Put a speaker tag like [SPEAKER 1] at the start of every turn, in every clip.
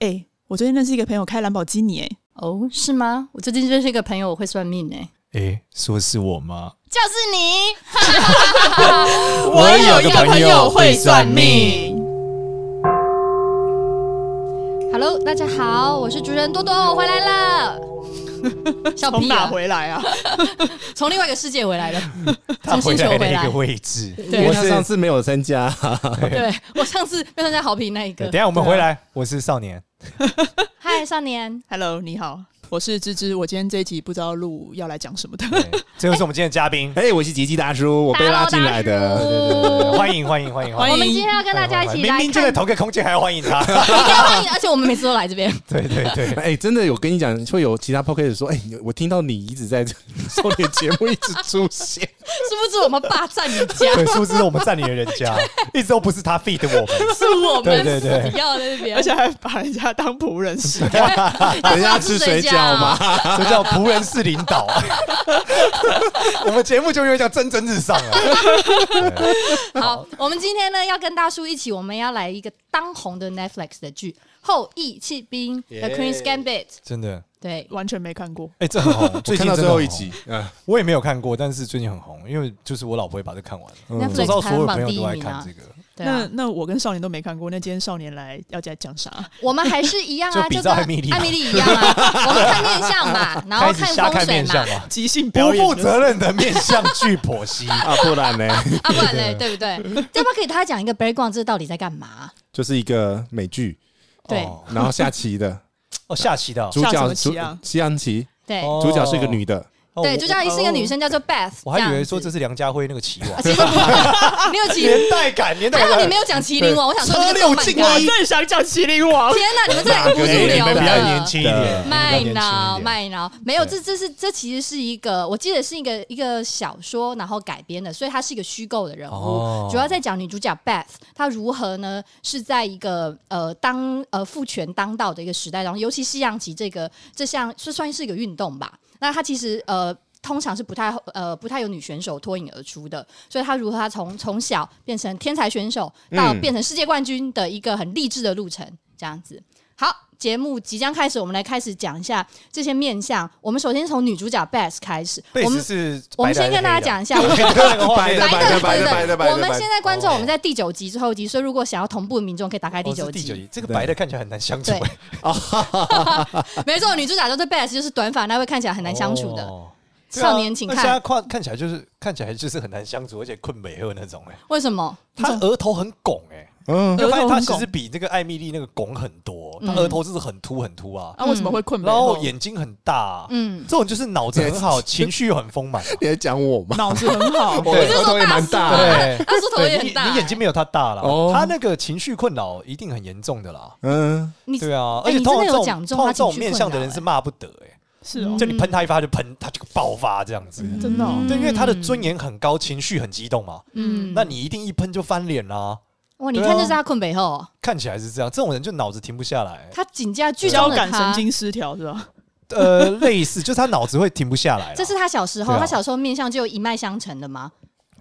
[SPEAKER 1] 哎、我最近认识一个朋友开兰博基尼、哎，
[SPEAKER 2] 哦，是吗？我最近认识一个朋友，我会算命哎、
[SPEAKER 3] 诶，说是我吗？
[SPEAKER 2] 就是你。
[SPEAKER 3] 我有个朋友会算命。
[SPEAKER 2] Hello，大家好，我是主持人多多，我回来 了。笑
[SPEAKER 1] 从
[SPEAKER 2] 屁
[SPEAKER 1] 哪
[SPEAKER 2] 啊！
[SPEAKER 1] 回来啊？
[SPEAKER 2] 从另外一个世界回来了。
[SPEAKER 3] 嗯他
[SPEAKER 2] 从
[SPEAKER 3] 回
[SPEAKER 2] 星球
[SPEAKER 3] 来的
[SPEAKER 2] 回
[SPEAKER 3] 那
[SPEAKER 2] 来
[SPEAKER 3] 个位置，
[SPEAKER 2] 对
[SPEAKER 3] 我
[SPEAKER 4] 因为他
[SPEAKER 3] 是
[SPEAKER 4] 上次没有参加，
[SPEAKER 2] 对我上次被参加好评那一
[SPEAKER 3] 对
[SPEAKER 2] 个
[SPEAKER 3] 等一。下我们回来，我是少年。
[SPEAKER 2] 嗨，少年，
[SPEAKER 1] Hello，你好，我是芝芝。我今天这一集不知道录要来讲什么的。
[SPEAKER 3] 对这就是我们今天的嘉宾，
[SPEAKER 4] 哎、我是吉吉大叔，我被拉进来的。
[SPEAKER 3] 呃对欢迎欢迎欢迎哎
[SPEAKER 1] 欢
[SPEAKER 2] 哦我
[SPEAKER 1] 迎
[SPEAKER 2] 们今天要跟大家一起
[SPEAKER 3] 明
[SPEAKER 2] 来
[SPEAKER 3] 明就在
[SPEAKER 2] 看，
[SPEAKER 3] 同个空间，还要欢迎他。
[SPEAKER 2] 而且我们每次都来这边。
[SPEAKER 3] 对对对，
[SPEAKER 4] 哎、真的有跟你讲，会有其他 p o c k e t 说，哎、你我听到你一直在这少年节目一 直出现，
[SPEAKER 2] 是不是我们霸占你家？
[SPEAKER 3] 对，殊不知我们占领了人家，一直都不是他 feed 我们。
[SPEAKER 2] 是我
[SPEAKER 3] 对
[SPEAKER 2] 们
[SPEAKER 3] 对对
[SPEAKER 2] 死要在这边
[SPEAKER 1] 而。且还把人家当仆人使，
[SPEAKER 4] 等一下吃水饺吗？
[SPEAKER 3] 这叫仆人式领导。我们节目就因为这样蒸蒸日上了。
[SPEAKER 2] 好，我们今天呢要跟大叔一起，我们要来一个当红的 Netflix 的剧《后羿弃兵》The Queen's Gambit》。
[SPEAKER 3] 真的，
[SPEAKER 2] 对，
[SPEAKER 1] 完全没看过。
[SPEAKER 3] 哎，这很红，
[SPEAKER 4] 我
[SPEAKER 3] 最近
[SPEAKER 4] 看到
[SPEAKER 3] 真
[SPEAKER 4] 最
[SPEAKER 3] 的
[SPEAKER 4] 后
[SPEAKER 3] 很
[SPEAKER 4] 一
[SPEAKER 3] 红
[SPEAKER 4] 集，嗯，
[SPEAKER 3] 我也没有看过，但是最近很红，因为就是我老婆也把这看完了，
[SPEAKER 4] 啊
[SPEAKER 1] 嗯
[SPEAKER 4] 嗯
[SPEAKER 3] 周
[SPEAKER 2] Netflix
[SPEAKER 3] 遭
[SPEAKER 2] 排
[SPEAKER 3] 所
[SPEAKER 2] 行
[SPEAKER 3] 有朋
[SPEAKER 2] 榜
[SPEAKER 3] 友
[SPEAKER 2] 第一
[SPEAKER 3] 都爱
[SPEAKER 2] 名
[SPEAKER 3] 看
[SPEAKER 2] 啊
[SPEAKER 3] 这，个，
[SPEAKER 2] 对
[SPEAKER 1] 那
[SPEAKER 2] 啊，
[SPEAKER 1] 那我跟少年都没看过，那今天少年来要再讲啥？
[SPEAKER 2] 我们还是一样啊，
[SPEAKER 3] 就比
[SPEAKER 2] 就
[SPEAKER 3] 照
[SPEAKER 2] 跟
[SPEAKER 3] 艾米丽嘛
[SPEAKER 2] 艾米丽一样 啊，我们看面相嘛，然后
[SPEAKER 3] 开始
[SPEAKER 2] 看
[SPEAKER 3] 瞎
[SPEAKER 2] 风
[SPEAKER 3] 看
[SPEAKER 2] 水
[SPEAKER 3] 面
[SPEAKER 2] 嘛
[SPEAKER 3] 相，嘛，
[SPEAKER 1] 即兴
[SPEAKER 3] 不
[SPEAKER 1] 表演，
[SPEAKER 3] 负责任的面相剧剖析。
[SPEAKER 4] 啊，不然呢，
[SPEAKER 2] 啊，不然 嘞，对不对？要不要给他讲一个 background，这到底在干嘛？
[SPEAKER 4] 就是一个美剧，
[SPEAKER 2] 对
[SPEAKER 3] 哦
[SPEAKER 4] 然后下棋的
[SPEAKER 3] 哦，下棋的哦，
[SPEAKER 4] 主
[SPEAKER 1] 下什么
[SPEAKER 4] 角
[SPEAKER 1] 棋
[SPEAKER 4] 主
[SPEAKER 1] 啊
[SPEAKER 4] 西洋棋，
[SPEAKER 2] 对
[SPEAKER 3] 哦
[SPEAKER 4] 主角是一个女的，
[SPEAKER 3] 哦
[SPEAKER 2] 对，
[SPEAKER 3] 我哦
[SPEAKER 2] 就叫是一个女生叫做 Beth，
[SPEAKER 3] 我还以
[SPEAKER 2] 这
[SPEAKER 3] 为说
[SPEAKER 2] 样子啊
[SPEAKER 3] 这是梁家辉那个棋王，
[SPEAKER 2] 其实不是你有
[SPEAKER 3] 年
[SPEAKER 2] 麒，
[SPEAKER 3] 代感，年代
[SPEAKER 2] 还好你
[SPEAKER 3] 感
[SPEAKER 2] 没。有讲麒麟王，我想说你
[SPEAKER 3] 车
[SPEAKER 2] 这
[SPEAKER 3] 六
[SPEAKER 2] 动漫
[SPEAKER 3] 进
[SPEAKER 2] 感
[SPEAKER 1] 我正想讲《麒麟王》，
[SPEAKER 2] 天哪，你们这两个不入
[SPEAKER 3] 哎
[SPEAKER 2] 流
[SPEAKER 3] 你们比较
[SPEAKER 2] 的
[SPEAKER 3] 年轻一
[SPEAKER 4] 的
[SPEAKER 3] 点，
[SPEAKER 2] 卖
[SPEAKER 3] 你们比较年轻一点
[SPEAKER 2] 脑卖脑，没有，
[SPEAKER 3] 对
[SPEAKER 2] 这这是这其实是一个，我记得是一个一个小说，然后改编的，所以它是一个虚构的人物，
[SPEAKER 3] 哦
[SPEAKER 2] 主要在讲女主角 Beth 她如何呢是在一个呃当呃父权当道的一个时代当中，尤其西洋棋这个这项是算是一个运动吧，那它其实呃。通常是不太呃不太有女选手脱颖而出的，所以她如何她从从小变成天才选手到
[SPEAKER 4] 嗯
[SPEAKER 2] 变成世界冠军的一个很励志的路程，这样子。好，节目即将开始，我们来开始讲一下这些面相。我们首先从女主角 Beth 开始，
[SPEAKER 3] 贝
[SPEAKER 2] 我
[SPEAKER 3] 斯
[SPEAKER 2] 们
[SPEAKER 3] 是
[SPEAKER 2] 我们
[SPEAKER 3] 白
[SPEAKER 2] 先
[SPEAKER 3] 的
[SPEAKER 2] 跟大
[SPEAKER 3] 还
[SPEAKER 2] 家
[SPEAKER 3] 是
[SPEAKER 2] 讲一下。
[SPEAKER 3] 黑啊的，我看那个 画面
[SPEAKER 4] 白的白的白
[SPEAKER 2] 对
[SPEAKER 4] 的
[SPEAKER 2] 对
[SPEAKER 4] 白的白
[SPEAKER 2] 对，
[SPEAKER 4] 的
[SPEAKER 2] 我们现在观众
[SPEAKER 3] 哦
[SPEAKER 2] 我们在第九集、最后集，所以如果想要同步的民众可以打开第
[SPEAKER 3] 哦
[SPEAKER 2] 九
[SPEAKER 3] 是第九
[SPEAKER 2] 集。
[SPEAKER 3] 集，这个白的看起来很难相处
[SPEAKER 2] 对，没错，女主角就是 Beth，就是短发那位看起来很难相处的。
[SPEAKER 3] 哦。对啊
[SPEAKER 2] 少年，请
[SPEAKER 3] 那现在
[SPEAKER 2] 看，
[SPEAKER 3] 看看起来就是看起来就是很难相处，而且困美赫那种哎，
[SPEAKER 2] 为什么？
[SPEAKER 3] 他额头很拱哎，
[SPEAKER 4] 嗯，
[SPEAKER 3] 就发现
[SPEAKER 1] 额头
[SPEAKER 3] 他
[SPEAKER 1] 很
[SPEAKER 3] 其
[SPEAKER 1] 拱
[SPEAKER 3] 实比那个艾米丽那个拱很多，
[SPEAKER 2] 嗯
[SPEAKER 3] 他额头就是很凸很凸啊，
[SPEAKER 1] 啊，为什么会困？
[SPEAKER 3] 然
[SPEAKER 4] 嗯
[SPEAKER 3] 后眼睛很大啊，
[SPEAKER 2] 嗯，
[SPEAKER 3] 这种就是脑子很好，情绪很 丰满啊。
[SPEAKER 4] 你在讲我吗？
[SPEAKER 1] 脑子很 好，
[SPEAKER 4] 我
[SPEAKER 3] 对
[SPEAKER 4] 额头也蛮
[SPEAKER 1] 啊
[SPEAKER 4] 大的，
[SPEAKER 3] 对，
[SPEAKER 2] 他说头也
[SPEAKER 3] 对
[SPEAKER 2] 很
[SPEAKER 3] 你
[SPEAKER 2] 大、
[SPEAKER 3] 你眼睛没有他大啦，
[SPEAKER 4] 哦
[SPEAKER 3] 他那个情绪困扰一定很严重的啦。
[SPEAKER 4] 嗯，
[SPEAKER 2] 你
[SPEAKER 3] 对啊，
[SPEAKER 2] 哎
[SPEAKER 3] 而且
[SPEAKER 2] 你
[SPEAKER 3] 通
[SPEAKER 2] 真的
[SPEAKER 3] 常这
[SPEAKER 2] 有
[SPEAKER 3] 种
[SPEAKER 2] 讲中
[SPEAKER 3] 通
[SPEAKER 2] 他
[SPEAKER 3] 常这种
[SPEAKER 2] 情绪
[SPEAKER 3] 面
[SPEAKER 2] 困
[SPEAKER 3] 相的
[SPEAKER 2] 扰
[SPEAKER 3] 人
[SPEAKER 2] 欸
[SPEAKER 3] 是骂不得哎，
[SPEAKER 1] 是哦
[SPEAKER 3] 就，你喷他一发他就喷，他就爆发这样子。
[SPEAKER 2] 嗯
[SPEAKER 1] 真的哦
[SPEAKER 3] 对，因为他的尊严很高，情绪很激动嘛，
[SPEAKER 2] 嗯，
[SPEAKER 3] 那你一定一喷就翻脸啦。
[SPEAKER 2] 哇，你
[SPEAKER 3] 对啊
[SPEAKER 2] 看就是他困北后，
[SPEAKER 3] 看起来是这样，这种人就脑子停不下来，
[SPEAKER 2] 他紧接着剧
[SPEAKER 1] 交
[SPEAKER 2] 中的
[SPEAKER 3] 啊
[SPEAKER 1] 感神
[SPEAKER 2] 他。
[SPEAKER 1] 经失调是吧？
[SPEAKER 3] 呃， 类似就是他脑子会停不下来啦。
[SPEAKER 2] 这是他小时候，
[SPEAKER 3] 对啊
[SPEAKER 2] 他小时候面相就一脉相承的吗？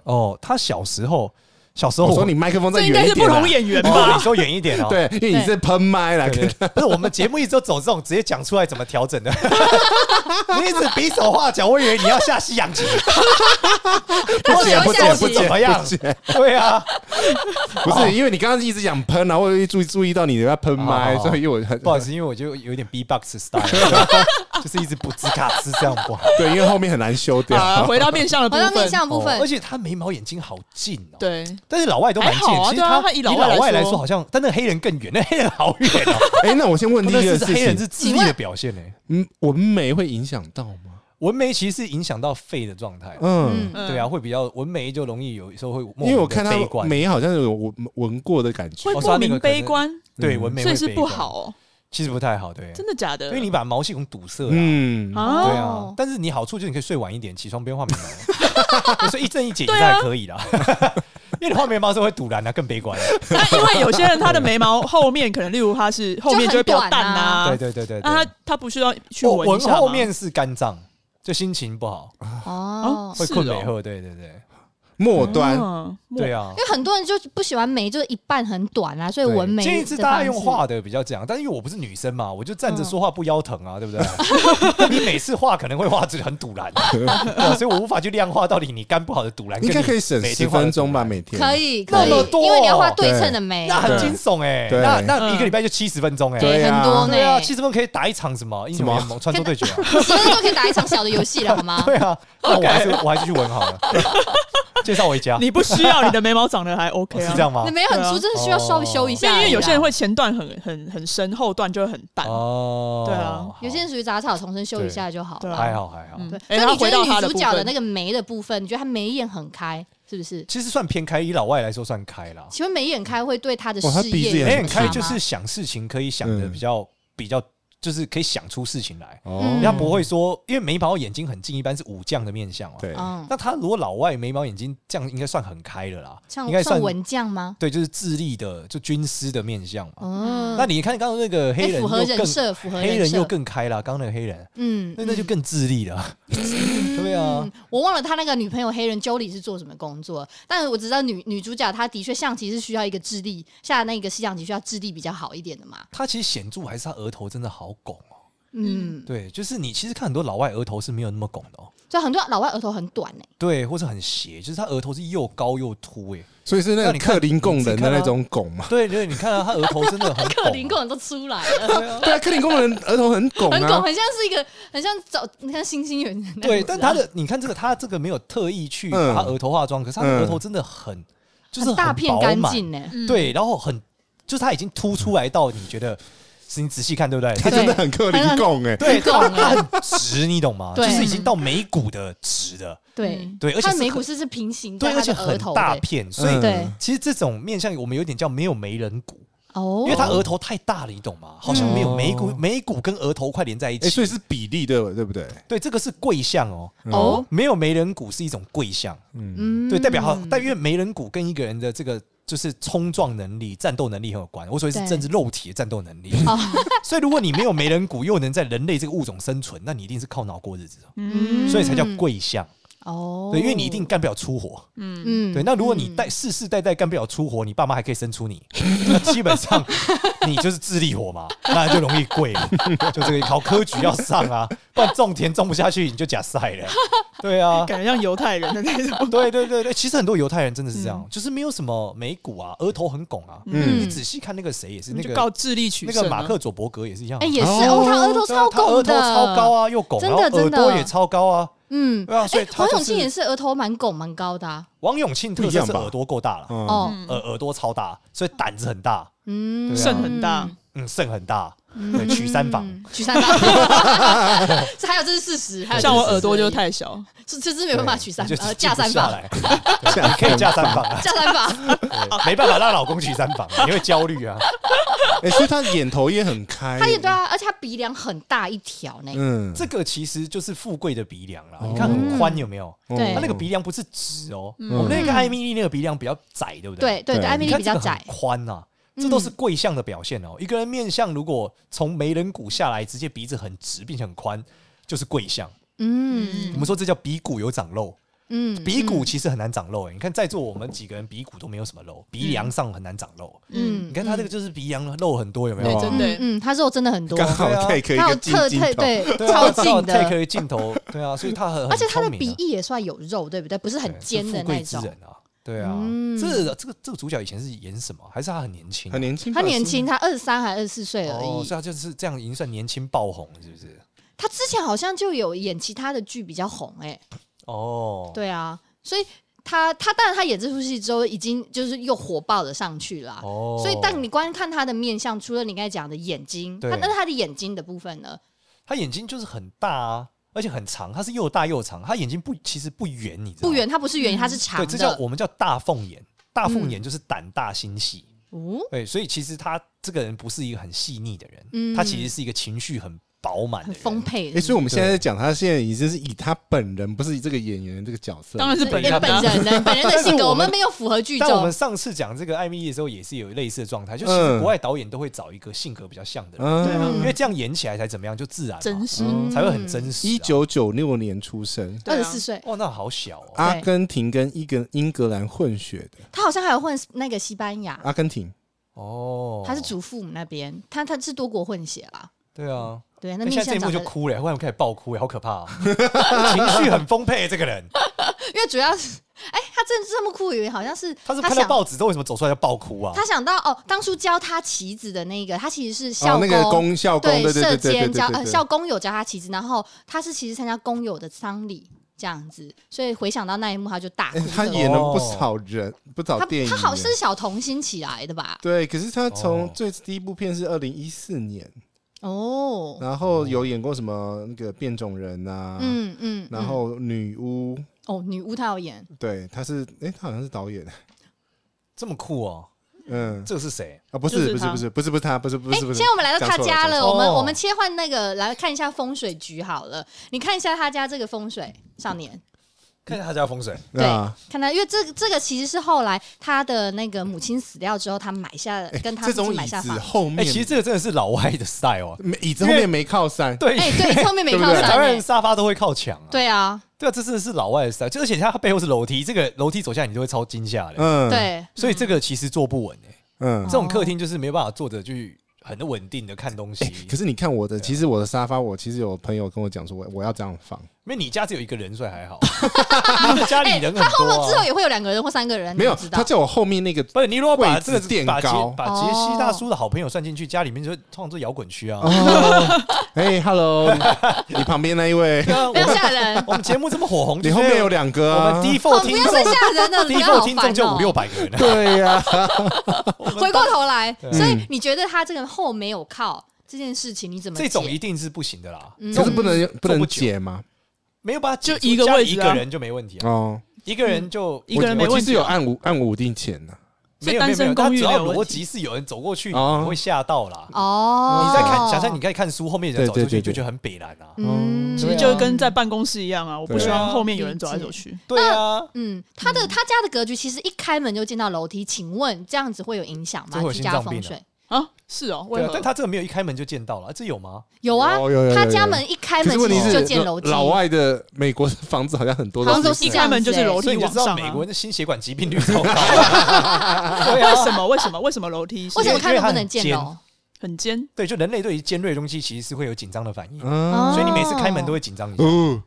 [SPEAKER 3] 哦，他小时候，小时候
[SPEAKER 4] 我说你麦克风再
[SPEAKER 1] 这应
[SPEAKER 4] 远
[SPEAKER 1] 该
[SPEAKER 4] 一
[SPEAKER 1] 是不
[SPEAKER 4] 点啊
[SPEAKER 1] 同，演员
[SPEAKER 3] 哦，你
[SPEAKER 1] 吧？
[SPEAKER 3] 说远一点哦。
[SPEAKER 4] 对，因为你是喷麦来
[SPEAKER 3] 对
[SPEAKER 4] 跟
[SPEAKER 3] 对，不是我们节目一直都走这种直接讲出来怎么调整的，你一直比手画脚，我以为你要下西洋棋，
[SPEAKER 2] 我
[SPEAKER 4] 解
[SPEAKER 2] 有
[SPEAKER 4] 不
[SPEAKER 2] 下
[SPEAKER 4] 解
[SPEAKER 2] 棋
[SPEAKER 4] 不
[SPEAKER 3] 怎
[SPEAKER 4] 解
[SPEAKER 3] 么样
[SPEAKER 4] 不解
[SPEAKER 3] 对啊，
[SPEAKER 4] 不是因为你刚刚一直讲喷，然后我就注意注意到你在喷麦，
[SPEAKER 3] 哦
[SPEAKER 4] 所以我很
[SPEAKER 3] 不好意思，因为我就有点 B-box style，就是一直不吱卡吱这样不好。
[SPEAKER 4] 对，因为后面很难修
[SPEAKER 1] 啊，
[SPEAKER 4] 掉。
[SPEAKER 1] 回到面相的部
[SPEAKER 2] 好像面
[SPEAKER 1] 分，
[SPEAKER 2] 相部分
[SPEAKER 3] 哦而，且他眉毛眼睛好近哦，，
[SPEAKER 1] 对，
[SPEAKER 3] 但是老外都蛮近
[SPEAKER 1] 还好，啊
[SPEAKER 3] 其实
[SPEAKER 1] 对啊他以
[SPEAKER 3] 以
[SPEAKER 1] 老
[SPEAKER 3] 老
[SPEAKER 1] 外来
[SPEAKER 3] 外来
[SPEAKER 1] 说
[SPEAKER 3] 说好像，但那黑人更远，那黑人好远哦，
[SPEAKER 4] 哎，那我先问第
[SPEAKER 3] 那
[SPEAKER 4] 一个
[SPEAKER 3] 是
[SPEAKER 4] 事
[SPEAKER 3] 黑人
[SPEAKER 4] 情，
[SPEAKER 3] 是智力
[SPEAKER 2] 请
[SPEAKER 3] 的
[SPEAKER 2] 问
[SPEAKER 3] 表现呢。
[SPEAKER 4] 嗯，纹眉会影响到吗？
[SPEAKER 3] 纹眉其实是影响到肺的状态，
[SPEAKER 4] 嗯，
[SPEAKER 2] 嗯，
[SPEAKER 1] 嗯
[SPEAKER 3] 对啊，，会比较纹眉就容易有时候会莫
[SPEAKER 4] 因
[SPEAKER 3] 名
[SPEAKER 4] 为我
[SPEAKER 3] 地
[SPEAKER 4] 看他
[SPEAKER 3] 嗯悲观，
[SPEAKER 4] 眉好像有纹纹过的感觉
[SPEAKER 1] 会
[SPEAKER 3] 哦。
[SPEAKER 1] 莫名悲观，
[SPEAKER 3] 对
[SPEAKER 4] 嗯
[SPEAKER 3] 纹眉
[SPEAKER 1] 所以
[SPEAKER 3] 会
[SPEAKER 1] 是
[SPEAKER 3] 悲
[SPEAKER 1] 不
[SPEAKER 3] 观，
[SPEAKER 1] 好哦，
[SPEAKER 3] 其实不太好，对，
[SPEAKER 1] 真的假的？
[SPEAKER 3] 因为你把毛细孔堵塞了啊。
[SPEAKER 4] 嗯，
[SPEAKER 1] 啊，
[SPEAKER 3] 对啊
[SPEAKER 2] 哦，
[SPEAKER 3] 但是你好处就是你可以睡晚一点，起床不用画眉 毛，所以一正一解其实
[SPEAKER 1] 对啊
[SPEAKER 3] 还可以啦。因为你画眉毛是会堵然啊，更悲观啊。
[SPEAKER 1] 那因为有些人他的眉毛后面可能，例如他是后面就会比较淡啊，
[SPEAKER 3] 对对对对
[SPEAKER 1] 那
[SPEAKER 3] 对，
[SPEAKER 1] 他他不需要去
[SPEAKER 3] 哦我
[SPEAKER 1] 闻一
[SPEAKER 3] 闻
[SPEAKER 1] 下吗
[SPEAKER 3] 后面是肝脏，就心情不好，
[SPEAKER 2] 哦
[SPEAKER 1] 哦
[SPEAKER 3] 会困
[SPEAKER 1] 是哦
[SPEAKER 3] 美后。对对对，
[SPEAKER 4] 末端。
[SPEAKER 1] 嗯
[SPEAKER 3] 对啊
[SPEAKER 2] 因。为很多人就不喜欢眉，就是一半很短啊，所以
[SPEAKER 4] 对
[SPEAKER 2] 纹眉
[SPEAKER 3] 建议是
[SPEAKER 2] 的
[SPEAKER 3] 大家
[SPEAKER 2] 方
[SPEAKER 3] 用
[SPEAKER 2] 式嗯
[SPEAKER 3] 画的比较这样，但因为我不是女生嘛，我就站着说话不腰疼啊，对 不对？你每次画可能会画质很堵然、哇所以我无法去量化到底你肝不好的堵然。
[SPEAKER 4] 应该可以省十分钟吧，？每天
[SPEAKER 2] 可。以
[SPEAKER 3] 那
[SPEAKER 2] 可以
[SPEAKER 3] 么多，
[SPEAKER 2] 因为你要画对称的眉，
[SPEAKER 3] 那很
[SPEAKER 4] 对
[SPEAKER 3] 惊悚哎、
[SPEAKER 4] 对
[SPEAKER 3] 那那一个礼拜就七十分钟哎、
[SPEAKER 4] 对
[SPEAKER 2] 对，
[SPEAKER 4] 啊
[SPEAKER 2] 很多呢
[SPEAKER 3] 对，啊，七十分钟可以打一场什么英雄联盟、传说对决啊？
[SPEAKER 2] 十分钟可以打一场小的游戏了，好吗？
[SPEAKER 3] 对啊，那我还是我还是去纹好了。 介绍我一家，
[SPEAKER 1] 你不需要，你的眉毛长得还 OK
[SPEAKER 3] 是
[SPEAKER 1] 啊。
[SPEAKER 3] 这样吗
[SPEAKER 2] 你？没有很
[SPEAKER 1] 对
[SPEAKER 2] 粗，
[SPEAKER 1] 啊
[SPEAKER 2] 真的需要稍微修一
[SPEAKER 1] 因
[SPEAKER 2] 下而已
[SPEAKER 1] 为
[SPEAKER 2] 啦。
[SPEAKER 1] 因为有些
[SPEAKER 4] 啊
[SPEAKER 1] 人会前段很很很深，后段就会很淡。
[SPEAKER 3] 哦
[SPEAKER 1] 对啊
[SPEAKER 3] 好
[SPEAKER 2] 有些人属于杂草丛生，修一下就好
[SPEAKER 1] 对
[SPEAKER 2] 了。
[SPEAKER 3] 还好还好，
[SPEAKER 1] 嗯
[SPEAKER 2] 对，所
[SPEAKER 1] 哎
[SPEAKER 2] 以
[SPEAKER 1] 他
[SPEAKER 2] 你觉
[SPEAKER 1] 回到他
[SPEAKER 2] 得
[SPEAKER 1] 的
[SPEAKER 2] 女主角的那
[SPEAKER 1] 个
[SPEAKER 2] 个眉的部分，你觉得她眉眼很开，是不是？
[SPEAKER 3] 其实算偏开，以老外来说算开啦。
[SPEAKER 2] 请问眉眼开会对她的
[SPEAKER 4] 哇她
[SPEAKER 2] 事
[SPEAKER 4] 鼻子
[SPEAKER 2] 业
[SPEAKER 4] 也
[SPEAKER 3] 没
[SPEAKER 2] 有
[SPEAKER 3] 很
[SPEAKER 4] 很啊
[SPEAKER 2] 差
[SPEAKER 3] 哎开
[SPEAKER 2] 吗
[SPEAKER 3] 就是想事情可以想的比较比较，就是可以想出事情来，
[SPEAKER 2] 嗯
[SPEAKER 4] 哦，
[SPEAKER 3] 他不会说，因为眉毛眼睛很近，一般是武将的面相嘛。
[SPEAKER 4] 对，
[SPEAKER 2] 嗯，
[SPEAKER 3] 那他如果老外眉毛眼睛这样，应该算很开的啦，应
[SPEAKER 2] 像
[SPEAKER 3] 该算
[SPEAKER 2] 算文将吗？
[SPEAKER 3] 对，就是智力的，就军师的面相嘛。
[SPEAKER 2] 嗯，
[SPEAKER 3] 那你看刚刚那个黑
[SPEAKER 2] 哎
[SPEAKER 3] 人
[SPEAKER 2] 符合
[SPEAKER 3] 又
[SPEAKER 2] 人
[SPEAKER 3] 更
[SPEAKER 2] 设，符合
[SPEAKER 3] 黑人
[SPEAKER 2] 设
[SPEAKER 3] 又更开啦，刚刚那个黑人，
[SPEAKER 2] 嗯，
[SPEAKER 3] 那那就
[SPEAKER 2] 嗯
[SPEAKER 3] 更智力了。 对啊
[SPEAKER 2] 嗯，，我忘了他那个女朋友黑人 Jolie 是做什么工作，但是我只知道女女主角她的确象棋是需要一个智力，下那个西洋棋需要智力比较好一点的嘛。
[SPEAKER 3] 他其实显著还是他额头真的好拱哦。
[SPEAKER 2] 嗯，
[SPEAKER 3] 对，就是你其实看很多老外额头是没有那么拱的哦，
[SPEAKER 2] 所以很多老外额头很短欸呢、
[SPEAKER 3] 对，或是很斜，就是他额头是又高又凸哎。
[SPEAKER 4] 所以是那
[SPEAKER 3] 那
[SPEAKER 4] 个
[SPEAKER 3] 你看啊
[SPEAKER 4] 克林贡人的那种拱嘛。
[SPEAKER 3] 对对，你看啊，他额头真的 很
[SPEAKER 2] 克林
[SPEAKER 3] 拱
[SPEAKER 2] 贡
[SPEAKER 3] 啊
[SPEAKER 2] 人都出来了，
[SPEAKER 4] 对啊，克林贡人额头很拱
[SPEAKER 2] 很拱，
[SPEAKER 4] 啊。
[SPEAKER 2] 很像是一个，很像找你看星星人的那种啊
[SPEAKER 3] 对，但他的你看这个，他这个没有特意去把
[SPEAKER 4] 嗯
[SPEAKER 3] 他额头化妆，可是他的
[SPEAKER 4] 嗯
[SPEAKER 3] 额头真的很就是
[SPEAKER 2] 很大
[SPEAKER 3] 很
[SPEAKER 2] 片
[SPEAKER 3] 饱
[SPEAKER 2] 干
[SPEAKER 3] 满
[SPEAKER 2] 净欸嗯呢。
[SPEAKER 3] 对，然后很就是他已经凸出来到你觉得是你仔细看对不对？
[SPEAKER 4] 他真的很克林贡哎，
[SPEAKER 3] 对，
[SPEAKER 2] 很
[SPEAKER 3] 他
[SPEAKER 2] 拱啊
[SPEAKER 3] 他很直，你懂吗？就
[SPEAKER 2] 对
[SPEAKER 3] 是已经到眉骨的直的，
[SPEAKER 2] 对，
[SPEAKER 3] 对，而且
[SPEAKER 2] 他
[SPEAKER 3] 是
[SPEAKER 2] 眉骨
[SPEAKER 3] 很
[SPEAKER 2] 是是平行
[SPEAKER 3] 对，
[SPEAKER 2] 在
[SPEAKER 3] 而
[SPEAKER 2] 他
[SPEAKER 3] 且
[SPEAKER 2] 的
[SPEAKER 3] 很
[SPEAKER 2] 额头
[SPEAKER 3] 大
[SPEAKER 2] 的、
[SPEAKER 3] 片，所以
[SPEAKER 4] 嗯
[SPEAKER 2] 对
[SPEAKER 3] 其实这种面相我们有点叫没有眉人骨，
[SPEAKER 2] 哦，
[SPEAKER 3] 因为他额头太大了，你懂吗？好像没有
[SPEAKER 4] 嗯
[SPEAKER 3] 眉骨，眉骨跟额头快连在一
[SPEAKER 4] 哎，所以
[SPEAKER 3] 起。
[SPEAKER 4] 是比例的，对不对？
[SPEAKER 3] 对，这个是贵相哦，
[SPEAKER 2] 哦，
[SPEAKER 3] 没有眉人骨是一种贵相，
[SPEAKER 2] 嗯，
[SPEAKER 3] 对，代表好，但因为眉人骨跟一个人的这个。就是冲撞能力、战斗能力很有关，我所谓是
[SPEAKER 2] 对
[SPEAKER 3] 甚至肉体的战斗能力。
[SPEAKER 2] 哦
[SPEAKER 3] 所以，如果你没有眉人骨，又能在人类这个物种生存，那你一定是靠脑过日子的，
[SPEAKER 2] 嗯
[SPEAKER 3] 所以才叫贵相。
[SPEAKER 2] 哦，
[SPEAKER 3] 对，因为你一定干不了粗活。
[SPEAKER 1] 嗯，
[SPEAKER 2] 嗯，
[SPEAKER 3] 对，那如果你
[SPEAKER 2] 嗯
[SPEAKER 3] 代世世代代干不了粗活，你爸妈还可以生出你， 那基本上你就是智力活嘛， 那就容易贵了。 就这个考科举要上啊， 不然种田种不下去，你就假赛了。 对 啊，
[SPEAKER 1] 感觉像犹太人的那种。
[SPEAKER 3] 对对对对，其实很多犹太人真的是这
[SPEAKER 2] 嗯
[SPEAKER 3] 样，就是没有什么眉骨啊，额头很拱啊。
[SPEAKER 4] 嗯
[SPEAKER 3] 你仔细看那个谁也 是那
[SPEAKER 1] 就靠
[SPEAKER 3] 个
[SPEAKER 1] 智力取
[SPEAKER 3] 那
[SPEAKER 1] 胜啊。
[SPEAKER 3] 个马克佐伯格也是一样啊、
[SPEAKER 2] 哎、也是哦，
[SPEAKER 4] 哦
[SPEAKER 2] 他额头
[SPEAKER 3] 对啊
[SPEAKER 2] 超
[SPEAKER 3] 他额
[SPEAKER 2] 拱
[SPEAKER 3] 头
[SPEAKER 2] 的，
[SPEAKER 3] 超高啊，又拱，
[SPEAKER 2] 真
[SPEAKER 3] 然
[SPEAKER 2] 的
[SPEAKER 3] 后耳
[SPEAKER 2] 真的
[SPEAKER 3] 朵也超高啊，
[SPEAKER 2] 嗯，哎
[SPEAKER 3] 对啊，所以他
[SPEAKER 2] 黄
[SPEAKER 3] 就
[SPEAKER 2] 永庆也
[SPEAKER 3] 是
[SPEAKER 2] 是额头蛮拱蛮高的啊、
[SPEAKER 3] 王永庆特
[SPEAKER 4] 不一
[SPEAKER 3] 色
[SPEAKER 4] 样
[SPEAKER 3] 是
[SPEAKER 4] 吧
[SPEAKER 3] 耳朵够大了，
[SPEAKER 4] 哦，
[SPEAKER 2] 哦，
[SPEAKER 3] 耳耳朵超大，所以胆子很大，
[SPEAKER 2] 嗯，
[SPEAKER 3] 对啊
[SPEAKER 1] 肾很大，
[SPEAKER 3] 嗯，肾很大，对，取三房，
[SPEAKER 2] 嗯，取 三房，这还有这是事实，
[SPEAKER 3] 嗯
[SPEAKER 2] 还有
[SPEAKER 1] 像我耳朵就是
[SPEAKER 2] 是
[SPEAKER 1] 太小，
[SPEAKER 2] 这这是没办法取三
[SPEAKER 3] 对
[SPEAKER 2] 呃
[SPEAKER 3] 你就
[SPEAKER 2] 嫁三
[SPEAKER 3] 静不下
[SPEAKER 2] 房，
[SPEAKER 3] 来， 对你可以嫁三房 啊，
[SPEAKER 2] 嫁三 房，
[SPEAKER 3] 对没办法让老公娶三房啊，你会焦虑啊，
[SPEAKER 4] 哎，所以他眼头也很开。
[SPEAKER 2] 他也对啊，而且他鼻梁很大一条呢，
[SPEAKER 4] 嗯，
[SPEAKER 3] 这个其实就是富贵的鼻梁啦，你看很宽有没有？
[SPEAKER 2] 对嗯
[SPEAKER 3] 他那个鼻梁不是直哦，我们那个艾米丽那个鼻梁比较窄，对不对？
[SPEAKER 2] 对对对，
[SPEAKER 4] 对
[SPEAKER 2] 艾米
[SPEAKER 3] 你
[SPEAKER 2] 丽
[SPEAKER 3] 看
[SPEAKER 2] 比
[SPEAKER 3] 这
[SPEAKER 2] 较
[SPEAKER 3] 个很
[SPEAKER 2] 窄，嗯
[SPEAKER 3] 宽呐、这都是贵相的表现哦。一个人面相如果从眉人骨下来，直接鼻子很直并且很宽，就是贵相。
[SPEAKER 2] 嗯
[SPEAKER 3] 我们说这叫鼻骨有长肉，
[SPEAKER 2] 嗯，
[SPEAKER 3] 鼻骨其实很难长肉、欸。你看在座我们几个人鼻骨都没有什么肉，鼻梁上很难长肉。
[SPEAKER 2] 嗯，
[SPEAKER 3] 你看他这个就是鼻梁肉很多，有没
[SPEAKER 1] 对，
[SPEAKER 3] 有？
[SPEAKER 4] 哇
[SPEAKER 1] 真
[SPEAKER 2] 嗯，
[SPEAKER 1] 的。
[SPEAKER 2] 嗯，他肉真的很多，
[SPEAKER 4] 刚好
[SPEAKER 3] 对啊
[SPEAKER 4] take 一
[SPEAKER 2] 他有
[SPEAKER 4] 个近
[SPEAKER 2] 特
[SPEAKER 4] 镜
[SPEAKER 2] 特
[SPEAKER 4] 头，
[SPEAKER 2] 对
[SPEAKER 3] 对
[SPEAKER 2] 超
[SPEAKER 3] 啊，
[SPEAKER 2] 近
[SPEAKER 3] 他有 take
[SPEAKER 2] 的，
[SPEAKER 3] 了镜头，对啊，所以他很，
[SPEAKER 2] 而且他的
[SPEAKER 3] 很聪
[SPEAKER 2] 鼻
[SPEAKER 3] 明啊
[SPEAKER 2] 翼也算有肉，对不对？不是
[SPEAKER 3] 对
[SPEAKER 2] 很尖的
[SPEAKER 3] 是富贵
[SPEAKER 2] 那
[SPEAKER 3] 之
[SPEAKER 2] 种。
[SPEAKER 3] 人啊，对啊，
[SPEAKER 2] 嗯
[SPEAKER 3] 这这个这个主角以前是演什么？还是他很年轻啊、
[SPEAKER 4] 很年轻吧，
[SPEAKER 2] 他年轻，他二十三还二十四岁而
[SPEAKER 3] 哦，
[SPEAKER 2] 已
[SPEAKER 3] 所。以他就是这样，已经算年轻爆红，是不是？
[SPEAKER 2] 他之前好像就有演其他的剧比较红，哎，
[SPEAKER 3] 哦，
[SPEAKER 2] 对啊，所以他他当然他演这出戏之后，已经就是又火爆了上去啦。
[SPEAKER 3] 哦，
[SPEAKER 2] 啊所以，但你光看他的面相，除了你刚才讲的眼睛，
[SPEAKER 3] 对
[SPEAKER 2] 他但是他的眼睛的部分呢？
[SPEAKER 3] 他眼睛就是很大啊，而且很长，他是又大又长，他眼睛不其实不圆，你知道吗
[SPEAKER 2] 不圆，，它不是圆，它是长
[SPEAKER 3] 啊对，这叫
[SPEAKER 2] 的。嗯
[SPEAKER 3] 我们叫大凤眼，大凤眼就是胆大心细。
[SPEAKER 2] 哦，
[SPEAKER 3] 对，所以其实他这个人不是一个很细腻的人，
[SPEAKER 2] 嗯
[SPEAKER 3] 他其实是一个情绪很饱满的
[SPEAKER 2] 很
[SPEAKER 3] 人
[SPEAKER 2] 丰沛
[SPEAKER 4] 哎、
[SPEAKER 2] 的。
[SPEAKER 4] 所以我们现在在讲他现在已经是以他本人，不是以这个演员这个角色。
[SPEAKER 1] 当然是本
[SPEAKER 3] 哎
[SPEAKER 1] 人
[SPEAKER 2] 人
[SPEAKER 1] 啊
[SPEAKER 2] 本人 的本人的性
[SPEAKER 3] 但是
[SPEAKER 2] 格，
[SPEAKER 3] 我们
[SPEAKER 2] 我们没有符合剧
[SPEAKER 3] 但我
[SPEAKER 2] 中。
[SPEAKER 3] 们上次讲这个艾米丽的时候，也是有类似的状态，就其实
[SPEAKER 4] 嗯
[SPEAKER 3] 国外导演都会找一个性格比较像的人，
[SPEAKER 4] 嗯，
[SPEAKER 1] 对啊
[SPEAKER 3] 因为这样演起来才怎么样，就自然嘛
[SPEAKER 1] 真实。
[SPEAKER 4] 嗯
[SPEAKER 3] 才会很真实啊、
[SPEAKER 4] 一九九六年出生，
[SPEAKER 1] 对啊
[SPEAKER 2] 二十四岁，
[SPEAKER 3] 哇，那好小哦，
[SPEAKER 4] 阿根廷跟一个英格兰混血的。
[SPEAKER 2] 他好像还有混那个西班牙，
[SPEAKER 4] 阿根廷，
[SPEAKER 3] 哦，
[SPEAKER 2] 他是祖父母那边，他他是多国混血啦。
[SPEAKER 3] 对啊，
[SPEAKER 2] 对，那
[SPEAKER 3] 那、
[SPEAKER 2] 面
[SPEAKER 3] 现在
[SPEAKER 2] 相
[SPEAKER 3] 这一幕
[SPEAKER 2] 长
[SPEAKER 3] 就
[SPEAKER 2] 得，
[SPEAKER 3] 哭了，忽然开始爆哭，好可怕、哦， 情绪很丰沛，这个人，
[SPEAKER 2] 因为主要是，哎，他真的是这么酷，以为好像是
[SPEAKER 3] 他是看到
[SPEAKER 2] 想
[SPEAKER 3] 报纸之后为什么走出来就爆哭啊？
[SPEAKER 2] 他想到哦，当初教他棋子的那个，他其实是校
[SPEAKER 4] 哦，
[SPEAKER 2] 工，
[SPEAKER 4] 那个公校工，对对
[SPEAKER 2] 射
[SPEAKER 4] 对对对
[SPEAKER 2] 箭教
[SPEAKER 4] 对对
[SPEAKER 2] 呃校工友教他棋子，然后他是其实参加工友的丧礼这样子，所以回想到那一幕他就大哭
[SPEAKER 4] 哎
[SPEAKER 2] 了。
[SPEAKER 4] 他演了不少人，不少
[SPEAKER 2] 他
[SPEAKER 4] 电影
[SPEAKER 2] 他
[SPEAKER 4] 耶。
[SPEAKER 2] 好像是小童星起来的吧？
[SPEAKER 4] 对，可是他
[SPEAKER 3] 哦
[SPEAKER 4] 从最第一部片是二零一四年，
[SPEAKER 2] 哦，
[SPEAKER 4] 然后有演过什么那个变种人啊，
[SPEAKER 2] 嗯嗯，
[SPEAKER 4] 然后女巫，
[SPEAKER 2] 哦，女巫她有演，
[SPEAKER 4] 对，他是哎，他好像是导演，
[SPEAKER 3] 这么酷哦，
[SPEAKER 4] 嗯
[SPEAKER 3] 这个是谁？
[SPEAKER 4] 啊，不
[SPEAKER 1] 就是是
[SPEAKER 4] 不是
[SPEAKER 1] 他
[SPEAKER 4] 不是不是不是他，不是不
[SPEAKER 2] 哎，
[SPEAKER 4] 是不
[SPEAKER 2] 现
[SPEAKER 4] 是
[SPEAKER 2] 在，我们来到他家
[SPEAKER 4] 讲
[SPEAKER 2] 了，
[SPEAKER 3] 错了
[SPEAKER 2] 我们
[SPEAKER 3] 哦
[SPEAKER 2] 我们切换那个来看一下风水局好了，你看一下他家这个风水少年。
[SPEAKER 3] 看一下他家风水，
[SPEAKER 2] 对
[SPEAKER 4] 啊，
[SPEAKER 2] 看到，因为这个这个其实是后来他的那个母亲死掉之后，他买下
[SPEAKER 4] 哎
[SPEAKER 2] 跟他
[SPEAKER 4] 这
[SPEAKER 2] 父亲
[SPEAKER 4] 种
[SPEAKER 2] 买
[SPEAKER 4] 椅
[SPEAKER 2] 下
[SPEAKER 4] 子
[SPEAKER 2] 房。
[SPEAKER 4] 后
[SPEAKER 3] 哎、
[SPEAKER 4] 面，
[SPEAKER 3] 其实这个真的是老外的 style 啊，
[SPEAKER 4] 没椅子后面没靠山，
[SPEAKER 3] 对，
[SPEAKER 2] 哎，对， 后面没
[SPEAKER 4] 对不
[SPEAKER 2] 靠
[SPEAKER 4] 对
[SPEAKER 3] 因为台
[SPEAKER 2] 山
[SPEAKER 3] 湾人
[SPEAKER 2] 欸。
[SPEAKER 3] 沙发都会靠墙啊，
[SPEAKER 2] 对啊，
[SPEAKER 3] 对啊，这真的是老外的 style，就而且它背后是楼梯，这个楼梯走下来你就会超惊吓的，
[SPEAKER 4] 嗯，，
[SPEAKER 2] 对，
[SPEAKER 3] 所以这个其实坐不稳诶、
[SPEAKER 4] 嗯
[SPEAKER 3] 这。种客厅就是没有办法坐着去很稳定的看东西，
[SPEAKER 4] 哎，可是你看我的，其实我的沙发，我其实有朋友跟我讲说，我我要这样放，
[SPEAKER 3] 因为你家只有一个人，所以还 好，你家里
[SPEAKER 2] 哎，
[SPEAKER 3] 人很
[SPEAKER 2] 他后
[SPEAKER 3] 多、
[SPEAKER 2] 面之后
[SPEAKER 3] 啊。
[SPEAKER 2] 也会有两个人或三个人，
[SPEAKER 4] 没有
[SPEAKER 2] 你知，道
[SPEAKER 4] 他叫我后面那个
[SPEAKER 3] 不是你如果把这
[SPEAKER 4] 位
[SPEAKER 3] 个
[SPEAKER 4] 置垫
[SPEAKER 3] 把杰
[SPEAKER 4] 高
[SPEAKER 3] 把杰西
[SPEAKER 2] 哦
[SPEAKER 3] 大叔的好朋友算进去，家里面就通常是摇滚区啊。
[SPEAKER 4] 哦， 哎，Hello，你 你旁边那一位，
[SPEAKER 3] 对啊，我
[SPEAKER 2] 不要
[SPEAKER 3] 们
[SPEAKER 2] 吓 人，
[SPEAKER 3] 我们节目这么火红，
[SPEAKER 4] 你后面有两
[SPEAKER 3] 就是
[SPEAKER 4] 个
[SPEAKER 3] 我
[SPEAKER 4] 啊，
[SPEAKER 3] 们 D
[SPEAKER 2] 哦
[SPEAKER 3] four
[SPEAKER 2] 不
[SPEAKER 3] 听
[SPEAKER 2] 要
[SPEAKER 3] 众
[SPEAKER 2] 再吓人了，你
[SPEAKER 3] D
[SPEAKER 2] 不要
[SPEAKER 3] four
[SPEAKER 2] 好
[SPEAKER 3] 听
[SPEAKER 2] 烦
[SPEAKER 3] 众就
[SPEAKER 2] 哦
[SPEAKER 3] 五六百个人啊，
[SPEAKER 4] 对 呀，
[SPEAKER 2] 回过头来，
[SPEAKER 3] 对
[SPEAKER 2] 所以你觉得他这个后没有靠这件事情，你怎么
[SPEAKER 3] 这
[SPEAKER 2] 解
[SPEAKER 3] 种一定是不行的啦。
[SPEAKER 2] 嗯
[SPEAKER 4] 就是不能不
[SPEAKER 3] 坐
[SPEAKER 4] 能
[SPEAKER 3] 不久
[SPEAKER 4] 解嘛，
[SPEAKER 3] 没有把它解
[SPEAKER 1] 就
[SPEAKER 3] 除
[SPEAKER 1] 一个
[SPEAKER 3] 家里
[SPEAKER 1] 位置
[SPEAKER 3] 一
[SPEAKER 1] 啊嗯
[SPEAKER 3] 个人就没问题啊，
[SPEAKER 4] 哦，
[SPEAKER 3] 一个人就
[SPEAKER 1] 一个人没
[SPEAKER 4] 我
[SPEAKER 1] 问
[SPEAKER 4] 其实
[SPEAKER 1] 题
[SPEAKER 4] 有
[SPEAKER 1] 啊。
[SPEAKER 4] 按五按五定钱的，
[SPEAKER 1] 所
[SPEAKER 3] 没
[SPEAKER 1] 以
[SPEAKER 3] 有没
[SPEAKER 1] 单
[SPEAKER 3] 有没有，
[SPEAKER 1] 身
[SPEAKER 3] 他
[SPEAKER 1] 公
[SPEAKER 3] 只
[SPEAKER 1] 寓没
[SPEAKER 3] 要
[SPEAKER 1] 有
[SPEAKER 3] 逻
[SPEAKER 1] 问题。
[SPEAKER 3] 辑是有人走过去，
[SPEAKER 4] 哦
[SPEAKER 3] 你会吓到啦。
[SPEAKER 2] 哦，
[SPEAKER 3] 你在看，想象你在看书，后面有人走出
[SPEAKER 4] 对对
[SPEAKER 3] 去
[SPEAKER 4] 对对
[SPEAKER 3] 就觉得很北蓝啊。
[SPEAKER 2] 嗯，
[SPEAKER 1] 其实就跟在办公室一样啊，我不
[SPEAKER 4] 对啊
[SPEAKER 1] 希望后面有人走来走去。
[SPEAKER 3] 对啊，
[SPEAKER 2] 嗯，他的他家的格局其实一开门就见到楼梯，请问这样子会有影响
[SPEAKER 3] 这会有
[SPEAKER 2] 吗？居
[SPEAKER 3] 心
[SPEAKER 2] 家
[SPEAKER 3] 脏
[SPEAKER 2] 风
[SPEAKER 3] 病啊
[SPEAKER 2] 水
[SPEAKER 1] 啊，是哦，
[SPEAKER 3] 对
[SPEAKER 1] 为
[SPEAKER 3] 啊，
[SPEAKER 1] 何
[SPEAKER 3] 但？他这个没有一开门就见到了，啊这有吗？
[SPEAKER 2] 有啊
[SPEAKER 4] 有有有有，
[SPEAKER 2] 他家门一开
[SPEAKER 4] 可
[SPEAKER 2] 门
[SPEAKER 4] 是问题
[SPEAKER 2] 其实就是见楼梯，
[SPEAKER 4] 老外的美国的房子好像很多
[SPEAKER 2] 好像
[SPEAKER 4] 都
[SPEAKER 2] 都
[SPEAKER 4] 是
[SPEAKER 2] 是
[SPEAKER 1] 一开门就是楼
[SPEAKER 3] 欸所以
[SPEAKER 1] 梯
[SPEAKER 3] 你就
[SPEAKER 1] 往
[SPEAKER 3] 知
[SPEAKER 1] 上
[SPEAKER 3] 道美
[SPEAKER 1] 啊
[SPEAKER 3] 国。人的心血管疾病率 超高啊。对
[SPEAKER 1] 为
[SPEAKER 3] 啊，
[SPEAKER 1] 什么？为什么？为什么楼梯是？
[SPEAKER 2] 为什么
[SPEAKER 3] 因为
[SPEAKER 2] 看
[SPEAKER 3] 因为
[SPEAKER 2] 都不
[SPEAKER 3] 它很
[SPEAKER 2] 能见
[SPEAKER 3] 尖
[SPEAKER 2] 楼？
[SPEAKER 1] 很尖？
[SPEAKER 3] 对，就人类对于尖锐的东西其实是会有紧张的反应，
[SPEAKER 1] 哦
[SPEAKER 2] 哦
[SPEAKER 4] 嗯
[SPEAKER 3] 所以你每次开门都会紧张一下。
[SPEAKER 4] 哦，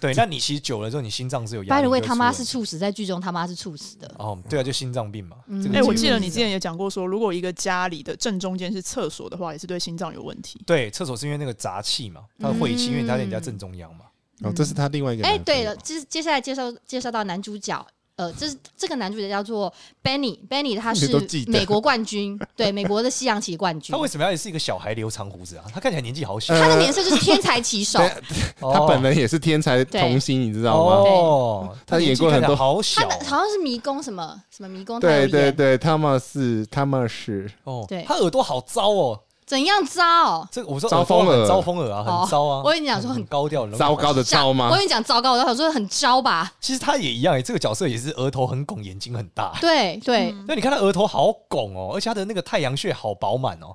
[SPEAKER 3] 对，那你其实久了之后，你心脏是有压
[SPEAKER 2] 拜
[SPEAKER 3] 力
[SPEAKER 2] 了
[SPEAKER 3] 就会
[SPEAKER 2] 位
[SPEAKER 3] 出问题。
[SPEAKER 2] 他妈是猝死，在剧中他妈是猝死的。
[SPEAKER 3] 哦，对啊，就心脏病嘛。
[SPEAKER 2] 嗯
[SPEAKER 3] 这个
[SPEAKER 1] 哎、
[SPEAKER 2] 哎
[SPEAKER 1] 我
[SPEAKER 3] 结
[SPEAKER 1] 记
[SPEAKER 3] 论
[SPEAKER 1] 得你
[SPEAKER 3] 是
[SPEAKER 1] 之
[SPEAKER 3] 这样
[SPEAKER 1] 前也讲过说如果一个家里的正中间是厕所的话，也是对心脏有问题。
[SPEAKER 3] 对厕所是因为那个杂气嘛，它的晦气，因为它在你家
[SPEAKER 2] 嗯
[SPEAKER 3] 正中央嘛。
[SPEAKER 4] 哦，这是他另外一个。
[SPEAKER 2] 哎、对了，，接接下来介绍介绍到男主角，呃，这是这个男主角叫做 Benny，Benny 他
[SPEAKER 4] 你都
[SPEAKER 2] 是
[SPEAKER 4] 记得
[SPEAKER 2] 美国冠军， 对，美国的西洋棋冠军
[SPEAKER 3] 他。为什么要是一个小孩留长胡子啊？他看起来年纪好小，
[SPEAKER 2] 他的脸色就是天才棋 手，
[SPEAKER 3] 哦
[SPEAKER 4] 他呃本人也是天才
[SPEAKER 2] 对
[SPEAKER 4] 童星，你知道吗？
[SPEAKER 3] 哦，
[SPEAKER 4] 他演过很多
[SPEAKER 3] 年纪看起来好
[SPEAKER 2] 他
[SPEAKER 3] 小
[SPEAKER 2] 的好像是迷宫什么什么迷宫，哦他有
[SPEAKER 4] 对
[SPEAKER 2] 演
[SPEAKER 4] 对对，他们是他们是
[SPEAKER 3] 哦
[SPEAKER 2] 对，
[SPEAKER 3] 他耳朵好糟哦。
[SPEAKER 2] 怎样糟？
[SPEAKER 3] 这个我说
[SPEAKER 4] 招
[SPEAKER 3] 耳朵
[SPEAKER 4] 风耳
[SPEAKER 3] 很招风耳啊，
[SPEAKER 2] 哦
[SPEAKER 3] 很糟啊。
[SPEAKER 2] 我跟你讲说很
[SPEAKER 3] 很高调，然后
[SPEAKER 4] 糟糕的
[SPEAKER 2] 像
[SPEAKER 4] 糟
[SPEAKER 2] 我
[SPEAKER 4] 吗
[SPEAKER 2] 跟？你讲糟糕，我想说很糟吧？
[SPEAKER 3] 其实他也一样欸，这个角色也是额头很拱，眼睛很大。
[SPEAKER 2] 对对，
[SPEAKER 3] 那你看他额头好拱哦，而且他的那个太阳穴好饱满哦。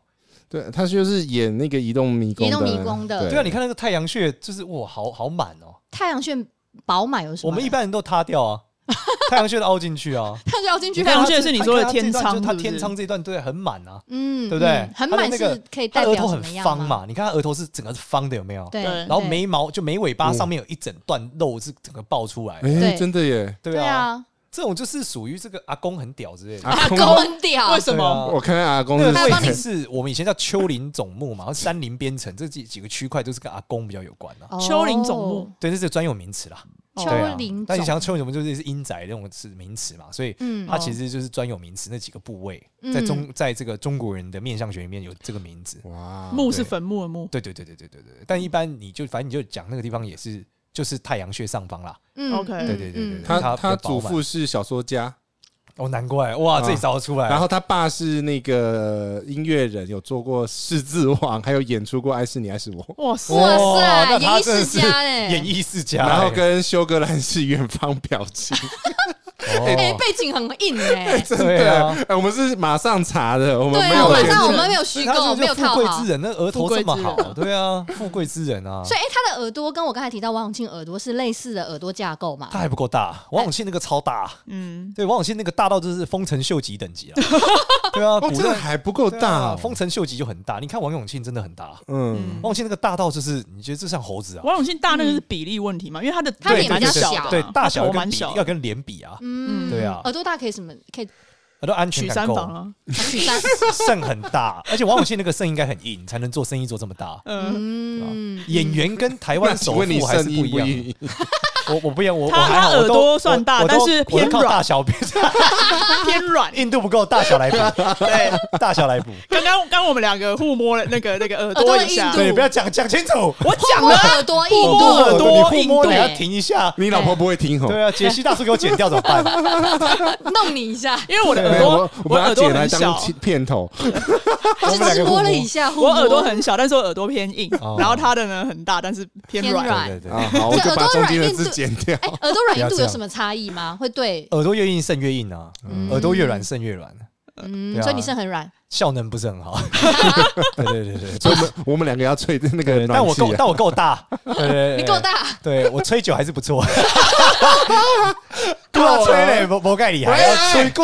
[SPEAKER 4] 对，他就是演那个移动迷宫的，
[SPEAKER 2] 移动迷宫的
[SPEAKER 3] 对啊，你看那个太阳穴就是哇，好好满哦。
[SPEAKER 2] 太阳穴饱满有什么？
[SPEAKER 3] 我们一般人都塌掉啊，太阳穴都凹进去啊。
[SPEAKER 2] 太 阳穴要进去
[SPEAKER 1] 太阳
[SPEAKER 2] 看，
[SPEAKER 1] 穴是你说的
[SPEAKER 3] 他这
[SPEAKER 1] 天
[SPEAKER 3] 段
[SPEAKER 1] 仓
[SPEAKER 3] 就是
[SPEAKER 1] 是
[SPEAKER 3] 他
[SPEAKER 1] 不是
[SPEAKER 3] 天仓这一段对很满啊。
[SPEAKER 2] 嗯，
[SPEAKER 3] 对不对
[SPEAKER 2] 嗯很满
[SPEAKER 3] 他的那
[SPEAKER 2] 是
[SPEAKER 3] 个
[SPEAKER 2] 可以代
[SPEAKER 3] 他额
[SPEAKER 2] 表
[SPEAKER 3] 头
[SPEAKER 2] 什
[SPEAKER 3] 很
[SPEAKER 2] 么样
[SPEAKER 3] 方
[SPEAKER 2] 吗？
[SPEAKER 3] 嘛，你看他额头是整个是方的，有没有？
[SPEAKER 2] 对，
[SPEAKER 1] 对
[SPEAKER 3] 然后
[SPEAKER 2] 对
[SPEAKER 3] 眉毛就眉尾巴
[SPEAKER 4] 嗯
[SPEAKER 3] 上面有一整段肉是整个爆出来的，
[SPEAKER 4] 哎，
[SPEAKER 2] 对
[SPEAKER 4] 真的耶，
[SPEAKER 3] 对
[SPEAKER 2] 对
[SPEAKER 3] 啊，
[SPEAKER 2] 啊，
[SPEAKER 3] 这种就是属于这个阿公很屌之类的。
[SPEAKER 4] 阿公，
[SPEAKER 2] 公屌
[SPEAKER 1] 为，什么？
[SPEAKER 3] 哦
[SPEAKER 4] 我看看阿公
[SPEAKER 3] 那
[SPEAKER 4] 是
[SPEAKER 3] 个
[SPEAKER 2] 他帮你
[SPEAKER 3] 位
[SPEAKER 4] 谁
[SPEAKER 3] 置？是我们以前叫丘陵总目嘛，然后山林编程这几几个区块都是跟阿公比较有关啊。
[SPEAKER 2] 哦
[SPEAKER 1] 丘陵总目
[SPEAKER 3] 对，这是专有名词啦。
[SPEAKER 2] 丘
[SPEAKER 3] 对啊
[SPEAKER 2] 陵，
[SPEAKER 3] 但你
[SPEAKER 2] 种
[SPEAKER 3] 想丘陵总目就是阴宅那种是名词嘛，所以
[SPEAKER 2] 嗯
[SPEAKER 3] 它其实就是专有名词那几个部位，
[SPEAKER 2] 嗯
[SPEAKER 3] 在中在这个中国人的面相学里面有这个名字。
[SPEAKER 4] 哇，
[SPEAKER 1] 墓是
[SPEAKER 3] 对
[SPEAKER 1] 坟墓的墓。
[SPEAKER 3] 对对对对对对对。对但
[SPEAKER 4] 嗯
[SPEAKER 3] 一般你就反正你就讲那个地方也是就是太阳穴上方啦。
[SPEAKER 2] 嗯
[SPEAKER 1] OK
[SPEAKER 2] 嗯
[SPEAKER 3] 对对对对对
[SPEAKER 2] 嗯
[SPEAKER 4] 他
[SPEAKER 3] 他
[SPEAKER 4] 他
[SPEAKER 3] 比较饱
[SPEAKER 4] 祖
[SPEAKER 3] 满
[SPEAKER 4] 父是小说家，
[SPEAKER 3] 哦，难怪哇，
[SPEAKER 4] 啊
[SPEAKER 3] 自己找得出来。
[SPEAKER 4] 然后他爸是那个音乐人，有做过《狮子王》，还有演出过《爱是你爱是我》，
[SPEAKER 1] 哇塞，
[SPEAKER 2] 哇
[SPEAKER 3] 哇
[SPEAKER 2] 塞，
[SPEAKER 3] 那
[SPEAKER 2] 演
[SPEAKER 3] 他
[SPEAKER 2] 艺
[SPEAKER 3] 真的
[SPEAKER 2] 世
[SPEAKER 3] 是
[SPEAKER 2] 家哎、
[SPEAKER 3] 演艺世家欸，
[SPEAKER 4] 然后跟修格兰是远方表 情。
[SPEAKER 2] 哎、
[SPEAKER 3] 哦
[SPEAKER 2] 背景很硬哎、
[SPEAKER 4] 真
[SPEAKER 3] 对
[SPEAKER 4] 的、
[SPEAKER 3] 啊
[SPEAKER 4] 哎我们是马上查的，我们
[SPEAKER 2] 对
[SPEAKER 4] 没
[SPEAKER 2] 啊，
[SPEAKER 4] 有
[SPEAKER 2] 晚
[SPEAKER 4] 先
[SPEAKER 2] 上我
[SPEAKER 1] 去
[SPEAKER 2] 们没有虚
[SPEAKER 3] 所以他
[SPEAKER 2] 构，
[SPEAKER 3] 就是
[SPEAKER 2] 没有
[SPEAKER 3] 富
[SPEAKER 2] 套
[SPEAKER 3] 贵
[SPEAKER 2] 好
[SPEAKER 3] 之。人，那额头这么
[SPEAKER 1] 富贵之
[SPEAKER 3] 好，对啊，富贵之人啊
[SPEAKER 2] 所，以，哎、他的耳朵跟我刚才提到王永庆耳朵是类似的耳朵架构嘛？
[SPEAKER 3] 他还不够大，王永庆那个超大，
[SPEAKER 1] 嗯，
[SPEAKER 3] 对，王永庆那个大到就是封尘秀吉等 级啊，对啊，
[SPEAKER 4] 哦，
[SPEAKER 3] 古
[SPEAKER 4] 真的
[SPEAKER 3] 代
[SPEAKER 4] 还不够
[SPEAKER 3] 对啊
[SPEAKER 4] 大、哦，
[SPEAKER 3] 丰臣秀吉就很大。你看王永庆真的很大，
[SPEAKER 4] 嗯，
[SPEAKER 3] 王永庆那个大到就是你觉得这像猴子啊？
[SPEAKER 1] 王永庆大那个是比例问题嘛，因为他的
[SPEAKER 2] 嗯他
[SPEAKER 1] 脸
[SPEAKER 2] 脸
[SPEAKER 1] 蛮
[SPEAKER 2] 比较
[SPEAKER 1] 小
[SPEAKER 2] 小
[SPEAKER 1] 的，
[SPEAKER 3] 对，大小
[SPEAKER 1] 他头
[SPEAKER 3] 要跟
[SPEAKER 1] 蛮
[SPEAKER 3] 比
[SPEAKER 1] 小的，
[SPEAKER 3] 要跟脸比啊，
[SPEAKER 2] 嗯，
[SPEAKER 3] 对啊
[SPEAKER 2] 耳朵大可以什么？可以
[SPEAKER 3] 那都安全
[SPEAKER 1] 取
[SPEAKER 3] 感
[SPEAKER 1] 三
[SPEAKER 3] 够，
[SPEAKER 1] 房啊，
[SPEAKER 2] 取三。
[SPEAKER 3] 肾很大，而且王永庆那个肾应该很硬，才能做生意做这么大。
[SPEAKER 1] 嗯，
[SPEAKER 2] 嗯，
[SPEAKER 3] 演员跟台
[SPEAKER 4] 那
[SPEAKER 3] 湾首
[SPEAKER 4] 请问你
[SPEAKER 3] 富还是
[SPEAKER 4] 声
[SPEAKER 3] 不
[SPEAKER 4] 音
[SPEAKER 3] 一
[SPEAKER 4] 不
[SPEAKER 3] 样的，
[SPEAKER 4] 一样？
[SPEAKER 3] 我我不一样，我我
[SPEAKER 1] 他
[SPEAKER 3] 还好，
[SPEAKER 1] 他
[SPEAKER 3] 我都
[SPEAKER 1] 耳朵算大
[SPEAKER 3] 我我都
[SPEAKER 1] 但是偏
[SPEAKER 3] 我都靠
[SPEAKER 1] 软
[SPEAKER 3] 大小比，
[SPEAKER 1] 偏软。
[SPEAKER 3] 硬度不够，大 小来补，对，大小来补。
[SPEAKER 1] 刚刚刚我们两个互摸了那个那个耳朵
[SPEAKER 2] 耳朵的
[SPEAKER 1] 一下
[SPEAKER 2] 硬，度
[SPEAKER 3] 对，不要讲讲啊清楚，
[SPEAKER 1] 我讲
[SPEAKER 2] 摸
[SPEAKER 1] 了
[SPEAKER 2] 耳朵硬
[SPEAKER 1] 我
[SPEAKER 2] 度，
[SPEAKER 1] 耳朵
[SPEAKER 3] 你
[SPEAKER 1] 硬
[SPEAKER 3] 互摸
[SPEAKER 2] 度
[SPEAKER 3] 你要停一下。
[SPEAKER 4] 你老婆不会听吼？
[SPEAKER 3] 对啊，杰西大叔给我剪掉怎么 办？
[SPEAKER 2] 弄你一下，
[SPEAKER 1] 因为我的
[SPEAKER 3] 啊
[SPEAKER 4] 没
[SPEAKER 1] 耳
[SPEAKER 4] 有，
[SPEAKER 1] 朵
[SPEAKER 4] 我，我把
[SPEAKER 1] 耳
[SPEAKER 4] 它
[SPEAKER 1] 朵
[SPEAKER 4] 剪来
[SPEAKER 1] 很
[SPEAKER 4] 当
[SPEAKER 1] 小，
[SPEAKER 4] 切片头，
[SPEAKER 2] 就
[SPEAKER 3] 们两
[SPEAKER 2] 只摸
[SPEAKER 3] 个互摸
[SPEAKER 2] 了一下，互
[SPEAKER 1] 我耳朵
[SPEAKER 2] 摸
[SPEAKER 1] 很小，但是我耳朵偏硬
[SPEAKER 3] 哦，
[SPEAKER 1] 然后他的呢很大，但是偏
[SPEAKER 2] 偏
[SPEAKER 1] 软。
[SPEAKER 2] 软。
[SPEAKER 3] 对对对，
[SPEAKER 4] 啊，好，我
[SPEAKER 2] 这
[SPEAKER 4] 就
[SPEAKER 2] 耳
[SPEAKER 4] 把
[SPEAKER 2] 朵
[SPEAKER 4] 中
[SPEAKER 2] 软
[SPEAKER 4] 间的
[SPEAKER 2] 硬
[SPEAKER 4] 字
[SPEAKER 2] 度
[SPEAKER 4] 剪 掉。
[SPEAKER 2] 哎，耳朵软硬
[SPEAKER 3] 不要
[SPEAKER 2] 度
[SPEAKER 3] 这
[SPEAKER 2] 有
[SPEAKER 3] 样
[SPEAKER 2] 什么差异吗？会对，
[SPEAKER 3] 耳朵越硬肾越硬啊，
[SPEAKER 2] 嗯
[SPEAKER 3] 耳朵越软肾越软，
[SPEAKER 2] 嗯
[SPEAKER 3] 对，啊
[SPEAKER 2] 所以你是很软，
[SPEAKER 3] 效能不 是很好。 对对对对，
[SPEAKER 4] 所以我们我们两个要吹那个
[SPEAKER 3] 但
[SPEAKER 4] 暖
[SPEAKER 3] 我
[SPEAKER 4] 气
[SPEAKER 3] 够，
[SPEAKER 4] 啊，
[SPEAKER 3] 但我 够大，对对对，
[SPEAKER 2] 你
[SPEAKER 3] 对
[SPEAKER 2] 够， 大，
[SPEAKER 3] 对我吹酒还是不错。够了吹嘞，不不盖厉害，吹够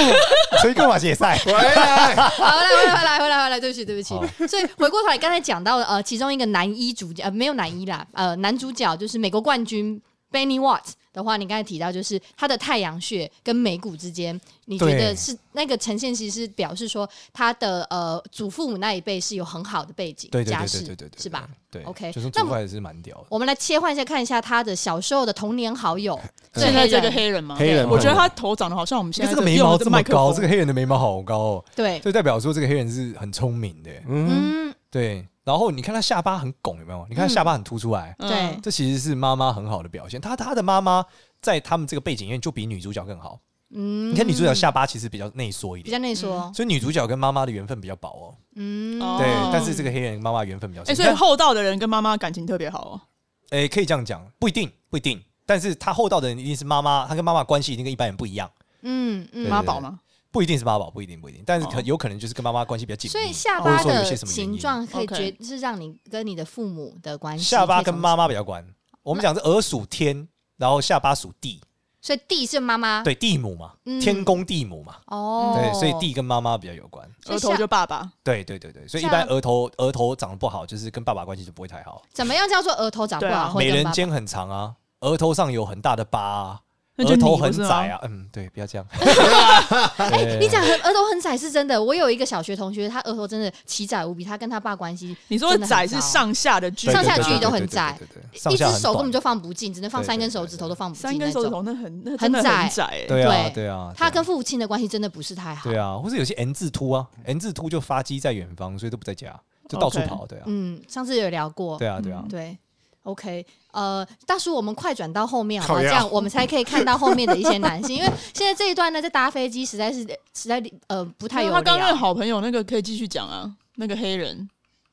[SPEAKER 3] 吹够嘛解赛。
[SPEAKER 2] 好，来，回来，回来，回来，回来，对不起，对不
[SPEAKER 3] 好
[SPEAKER 2] 起。所以回过头来，刚才讲到呃，其中一个男一主角呃，没有男一啦，呃，男主角就是美国冠军 Benny Watt 的话，你刚才提到就是他的太阳穴跟眉骨之间，你觉
[SPEAKER 3] 对
[SPEAKER 2] 得是那个呈现，其实表示说他的呃祖父母那一辈是有很好的背景
[SPEAKER 3] 对对
[SPEAKER 2] 家
[SPEAKER 3] 对
[SPEAKER 2] 世
[SPEAKER 3] 对对对对，
[SPEAKER 2] 是吧？
[SPEAKER 3] 对
[SPEAKER 2] OK，
[SPEAKER 3] 就是
[SPEAKER 2] 那
[SPEAKER 3] 主
[SPEAKER 2] 么
[SPEAKER 3] 还是蛮屌的。
[SPEAKER 2] 我们来切换一下，看一下他的小时候的童年好 友，
[SPEAKER 1] 现在这个
[SPEAKER 2] 黑
[SPEAKER 1] 黑
[SPEAKER 2] 人
[SPEAKER 1] 人嘛，
[SPEAKER 4] 黑人嘛，
[SPEAKER 1] 我觉得他头长得好像我们
[SPEAKER 3] 因
[SPEAKER 1] 现
[SPEAKER 3] 为
[SPEAKER 1] 在
[SPEAKER 3] 哎这个眉毛
[SPEAKER 1] 这
[SPEAKER 3] 这么高，这
[SPEAKER 1] 这
[SPEAKER 3] 个黑人的眉毛好高哦，
[SPEAKER 2] 对，
[SPEAKER 3] 就代表说这个黑人是很聪明的。
[SPEAKER 4] 嗯，
[SPEAKER 2] 嗯，
[SPEAKER 3] 对，然后你看他下巴很拱，有没有？你看他
[SPEAKER 2] 嗯
[SPEAKER 3] 下巴很凸出来，
[SPEAKER 1] 哎
[SPEAKER 2] 对
[SPEAKER 3] 这其实是妈妈很好的表现。他他的妈妈在他们这个背景里面就比女主角更好。
[SPEAKER 2] 嗯，
[SPEAKER 3] 你看女主角下巴其实比较内缩一
[SPEAKER 2] 比
[SPEAKER 3] 点，
[SPEAKER 2] 较内缩，
[SPEAKER 3] 所以女主角跟妈妈的缘分比较薄哦。
[SPEAKER 2] 嗯，
[SPEAKER 1] 哦
[SPEAKER 3] 对，但是这个黑人妈妈缘分比较深。
[SPEAKER 1] 哎，所以
[SPEAKER 3] 但
[SPEAKER 1] 厚道的人跟妈妈感情特别好哦。
[SPEAKER 3] 哎，可以这样讲，不一定，不一定。但是他厚道的人一定是妈妈，他跟妈妈关系一定跟一般人不一样，
[SPEAKER 2] 嗯嗯
[SPEAKER 3] 对
[SPEAKER 1] 妈宝吗？
[SPEAKER 3] 不一定是妈宝，不一定，不一定。但是可
[SPEAKER 1] 哦
[SPEAKER 3] 有可能就是跟妈妈关系比较紧
[SPEAKER 2] 所以
[SPEAKER 3] 密。
[SPEAKER 2] 下
[SPEAKER 3] 或
[SPEAKER 2] 巴
[SPEAKER 3] 者说有
[SPEAKER 2] 的
[SPEAKER 3] 一些什么原因
[SPEAKER 2] 形状可以决
[SPEAKER 1] OK
[SPEAKER 2] 是让你跟你的父母的关系，
[SPEAKER 3] 下巴
[SPEAKER 2] 可以
[SPEAKER 3] 跟
[SPEAKER 2] 从
[SPEAKER 3] 妈，妈比较关。我们讲是儿属天，然后下巴属地，
[SPEAKER 2] 所以地是妈妈，
[SPEAKER 3] 对地母嘛，
[SPEAKER 2] 啊嗯
[SPEAKER 3] 天公地母嘛，
[SPEAKER 2] 哦，
[SPEAKER 3] 对，所以地跟妈妈比较有关。
[SPEAKER 2] 所以
[SPEAKER 1] 额
[SPEAKER 2] 下
[SPEAKER 1] 头就爸爸，
[SPEAKER 3] 对对对对，所以一
[SPEAKER 2] 像
[SPEAKER 3] 般额头额头长得不好，就是跟爸爸关系就不会太好。
[SPEAKER 2] 怎么样叫做额头长不
[SPEAKER 1] 对
[SPEAKER 2] 好
[SPEAKER 1] 啊
[SPEAKER 2] 会
[SPEAKER 3] 美
[SPEAKER 2] 跟
[SPEAKER 3] 人
[SPEAKER 2] 爸爸？
[SPEAKER 3] 尖很长啊，额头上有很大的疤、啊，
[SPEAKER 1] 那就
[SPEAKER 3] 额
[SPEAKER 1] 你
[SPEAKER 3] 头
[SPEAKER 1] 不
[SPEAKER 3] 很
[SPEAKER 1] 是吗
[SPEAKER 3] 窄啊。嗯，对，不要这样。
[SPEAKER 2] 哎，你讲很额头很窄是真的，我有一个小学同学，他额头真的奇窄无比，他跟他爸关系
[SPEAKER 1] 你说
[SPEAKER 2] 真的很
[SPEAKER 1] 窄是
[SPEAKER 2] 糟
[SPEAKER 1] 上下的距
[SPEAKER 3] 对
[SPEAKER 1] 离，
[SPEAKER 2] 上下
[SPEAKER 3] 对
[SPEAKER 2] 距
[SPEAKER 3] 对
[SPEAKER 2] 离都
[SPEAKER 3] 对
[SPEAKER 2] 很
[SPEAKER 3] 对
[SPEAKER 2] 窄
[SPEAKER 3] 对对对
[SPEAKER 2] 一
[SPEAKER 3] 上
[SPEAKER 2] 只
[SPEAKER 3] 下很
[SPEAKER 2] 手根本
[SPEAKER 3] 短
[SPEAKER 2] 就放不进，只能放三根手指头都放不进，
[SPEAKER 1] 三根手指头，。那很那
[SPEAKER 2] 很
[SPEAKER 1] 真的
[SPEAKER 2] 窄
[SPEAKER 1] 很窄欸。
[SPEAKER 3] 对啊
[SPEAKER 2] 对
[SPEAKER 3] 对啊，
[SPEAKER 2] 他
[SPEAKER 3] 对啊
[SPEAKER 2] 跟父亲的关系真的不是太好。
[SPEAKER 3] 对啊，或是有些 N 字秃啊，N 字秃就发迹在远方，所以都不在家，就到处
[SPEAKER 1] OK
[SPEAKER 3] 跑。对啊，
[SPEAKER 2] 嗯，上次有聊过。
[SPEAKER 3] 对啊，对啊。
[SPEAKER 2] 对，OK，呃，大叔，我们快转到后面好不好？
[SPEAKER 4] 靠
[SPEAKER 2] 这
[SPEAKER 4] 腰
[SPEAKER 2] 样我们才可以看到后面的一些男性，因为现在这一段呢，在搭飞机实在是实在呃不太有
[SPEAKER 1] 他刚那个
[SPEAKER 2] 聊。
[SPEAKER 1] 好朋友那个可以继续讲啊，那个黑人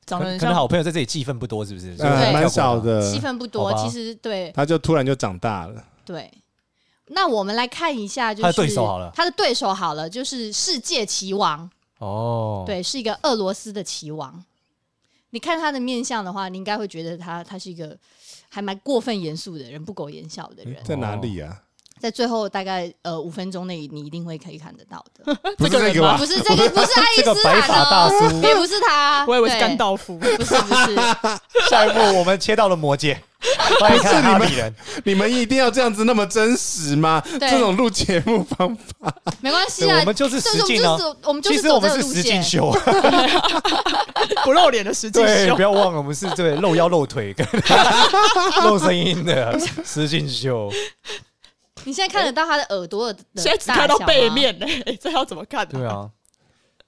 [SPEAKER 1] 长得
[SPEAKER 3] 可
[SPEAKER 1] 很
[SPEAKER 3] 可能
[SPEAKER 1] 像
[SPEAKER 3] 好朋友在这里气氛不多，是不是？所以我
[SPEAKER 4] 呃，
[SPEAKER 2] 对
[SPEAKER 3] 们
[SPEAKER 4] 蛮
[SPEAKER 3] 跳过
[SPEAKER 4] 少
[SPEAKER 3] 了。
[SPEAKER 2] 戏
[SPEAKER 4] 的，
[SPEAKER 2] 份不多，
[SPEAKER 3] 好吧
[SPEAKER 2] 其实对
[SPEAKER 4] 他就突然就长大了。
[SPEAKER 2] 对。那我们来看一下，就是
[SPEAKER 3] 他的对手好了
[SPEAKER 2] 他的对手好了，就是世界棋王，
[SPEAKER 3] 哦，，
[SPEAKER 2] 对，是一个俄罗斯的棋王。你看他的面相的话，你应该会觉得他他是一个还蛮过分严肃的人，不苟言笑的
[SPEAKER 3] 嗯
[SPEAKER 2] 人。
[SPEAKER 4] 在哪里
[SPEAKER 3] 哦
[SPEAKER 4] 啊？
[SPEAKER 2] 在最后大概呃五分钟内，你一定会可以看得到的。
[SPEAKER 4] 不是
[SPEAKER 1] 这个
[SPEAKER 4] 这
[SPEAKER 1] 人
[SPEAKER 4] 个
[SPEAKER 1] 吗
[SPEAKER 4] 吧
[SPEAKER 2] 不？是这个，不是爱因
[SPEAKER 3] 这个
[SPEAKER 2] 斯
[SPEAKER 3] 白
[SPEAKER 2] 坦
[SPEAKER 3] 发大
[SPEAKER 2] 哦，
[SPEAKER 3] 叔。
[SPEAKER 2] 也不是他，
[SPEAKER 1] 我以为是
[SPEAKER 2] 对
[SPEAKER 1] 甘，道夫，
[SPEAKER 2] 不是不是，
[SPEAKER 3] 下一步我们切到了魔界，欢迎看哈 比人。
[SPEAKER 4] 你们一定要这样子那么真实吗？
[SPEAKER 2] 对
[SPEAKER 4] 这种录节目方法，
[SPEAKER 2] 没关系
[SPEAKER 3] 对，
[SPEAKER 2] 啊
[SPEAKER 3] 我。们就是
[SPEAKER 2] 这
[SPEAKER 3] 实
[SPEAKER 2] 种
[SPEAKER 3] 境
[SPEAKER 2] 就
[SPEAKER 3] 啊
[SPEAKER 2] 是。走我们就
[SPEAKER 3] 其
[SPEAKER 2] 是
[SPEAKER 3] 实我
[SPEAKER 2] 走这
[SPEAKER 3] 们
[SPEAKER 2] 个
[SPEAKER 3] 是
[SPEAKER 2] 路
[SPEAKER 3] 实境
[SPEAKER 2] 线，
[SPEAKER 3] 秀，啊
[SPEAKER 1] 不露脸的实际
[SPEAKER 3] 对，
[SPEAKER 1] 秀
[SPEAKER 3] 不。要忘了，我们是对露腰露 腿跟露声音的实境秀。
[SPEAKER 2] 你现在看得到他的耳朵的
[SPEAKER 1] 现在只看到
[SPEAKER 2] 大小吗
[SPEAKER 1] 背面呢，欸这要怎么看？
[SPEAKER 3] 对，啊，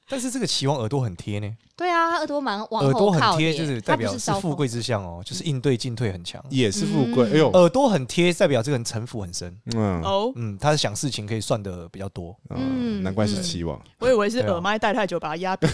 [SPEAKER 3] 但是这个棋王耳朵很贴呢，
[SPEAKER 2] 对啊，他耳朵蛮往
[SPEAKER 3] 耳朵
[SPEAKER 2] 后
[SPEAKER 3] 很
[SPEAKER 2] 靠的
[SPEAKER 3] 贴
[SPEAKER 2] 耶，
[SPEAKER 3] 就是代
[SPEAKER 2] 他不
[SPEAKER 3] 表是
[SPEAKER 2] 烧
[SPEAKER 3] 富贵之相哦，就是
[SPEAKER 2] 嗯
[SPEAKER 3] 应对进退很强。
[SPEAKER 4] 也是富贵。哎呦，
[SPEAKER 3] 耳朵很贴，代表这个人城府很深。
[SPEAKER 4] 嗯
[SPEAKER 1] 哦，
[SPEAKER 3] 嗯，他想事情可以算的比较多。
[SPEAKER 4] 嗯，难怪是期望。
[SPEAKER 1] 我以为是
[SPEAKER 3] 对啊
[SPEAKER 1] 耳麦戴太久把它压扁，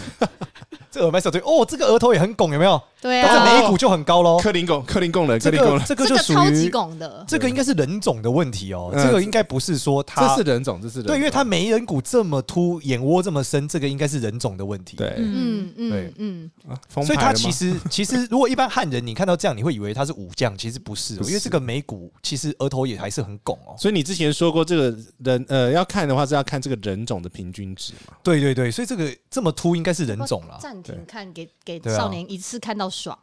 [SPEAKER 3] 这个耳麦手对哦，这个额头也很拱，有没有？
[SPEAKER 2] 对
[SPEAKER 3] 但是
[SPEAKER 2] 啊，
[SPEAKER 3] 眉骨就很高喽。
[SPEAKER 4] 克林贡，克林贡人，克
[SPEAKER 3] 这
[SPEAKER 4] 林贡
[SPEAKER 3] 个
[SPEAKER 4] 人，
[SPEAKER 3] 嗯这个
[SPEAKER 2] 这
[SPEAKER 3] 就
[SPEAKER 2] 个
[SPEAKER 3] 属
[SPEAKER 2] 超级
[SPEAKER 3] 于
[SPEAKER 2] 拱的，
[SPEAKER 3] 这个应该是人种的问题哦，
[SPEAKER 4] 嗯
[SPEAKER 3] 这个应该不是说
[SPEAKER 4] 这
[SPEAKER 3] 他
[SPEAKER 4] 是人种，这是人种
[SPEAKER 3] 对，因为他眉人骨这么凸，眼窝这么深，这个应该是人种的问题。，
[SPEAKER 4] 对，
[SPEAKER 1] 嗯，
[SPEAKER 2] 嗯嗯嗯，
[SPEAKER 4] 啊封
[SPEAKER 3] 所以
[SPEAKER 4] 牌
[SPEAKER 3] 他
[SPEAKER 4] 了吗
[SPEAKER 3] 其 实其实如果一般汉人你看到这样，你会以为他是武将，其实不是哦，
[SPEAKER 4] 不是
[SPEAKER 3] 因为这个眉骨其实额头也还是很拱哦。
[SPEAKER 4] 所以你之前说过，这个人呃要看的话是要看这个人种的平均值嘛？
[SPEAKER 3] 对对对，所以这个这么凸应该是人种
[SPEAKER 1] 哦
[SPEAKER 3] 了。
[SPEAKER 2] 暂停
[SPEAKER 4] 对
[SPEAKER 2] 看，给给
[SPEAKER 3] 对啊
[SPEAKER 2] 少年一次看到爽。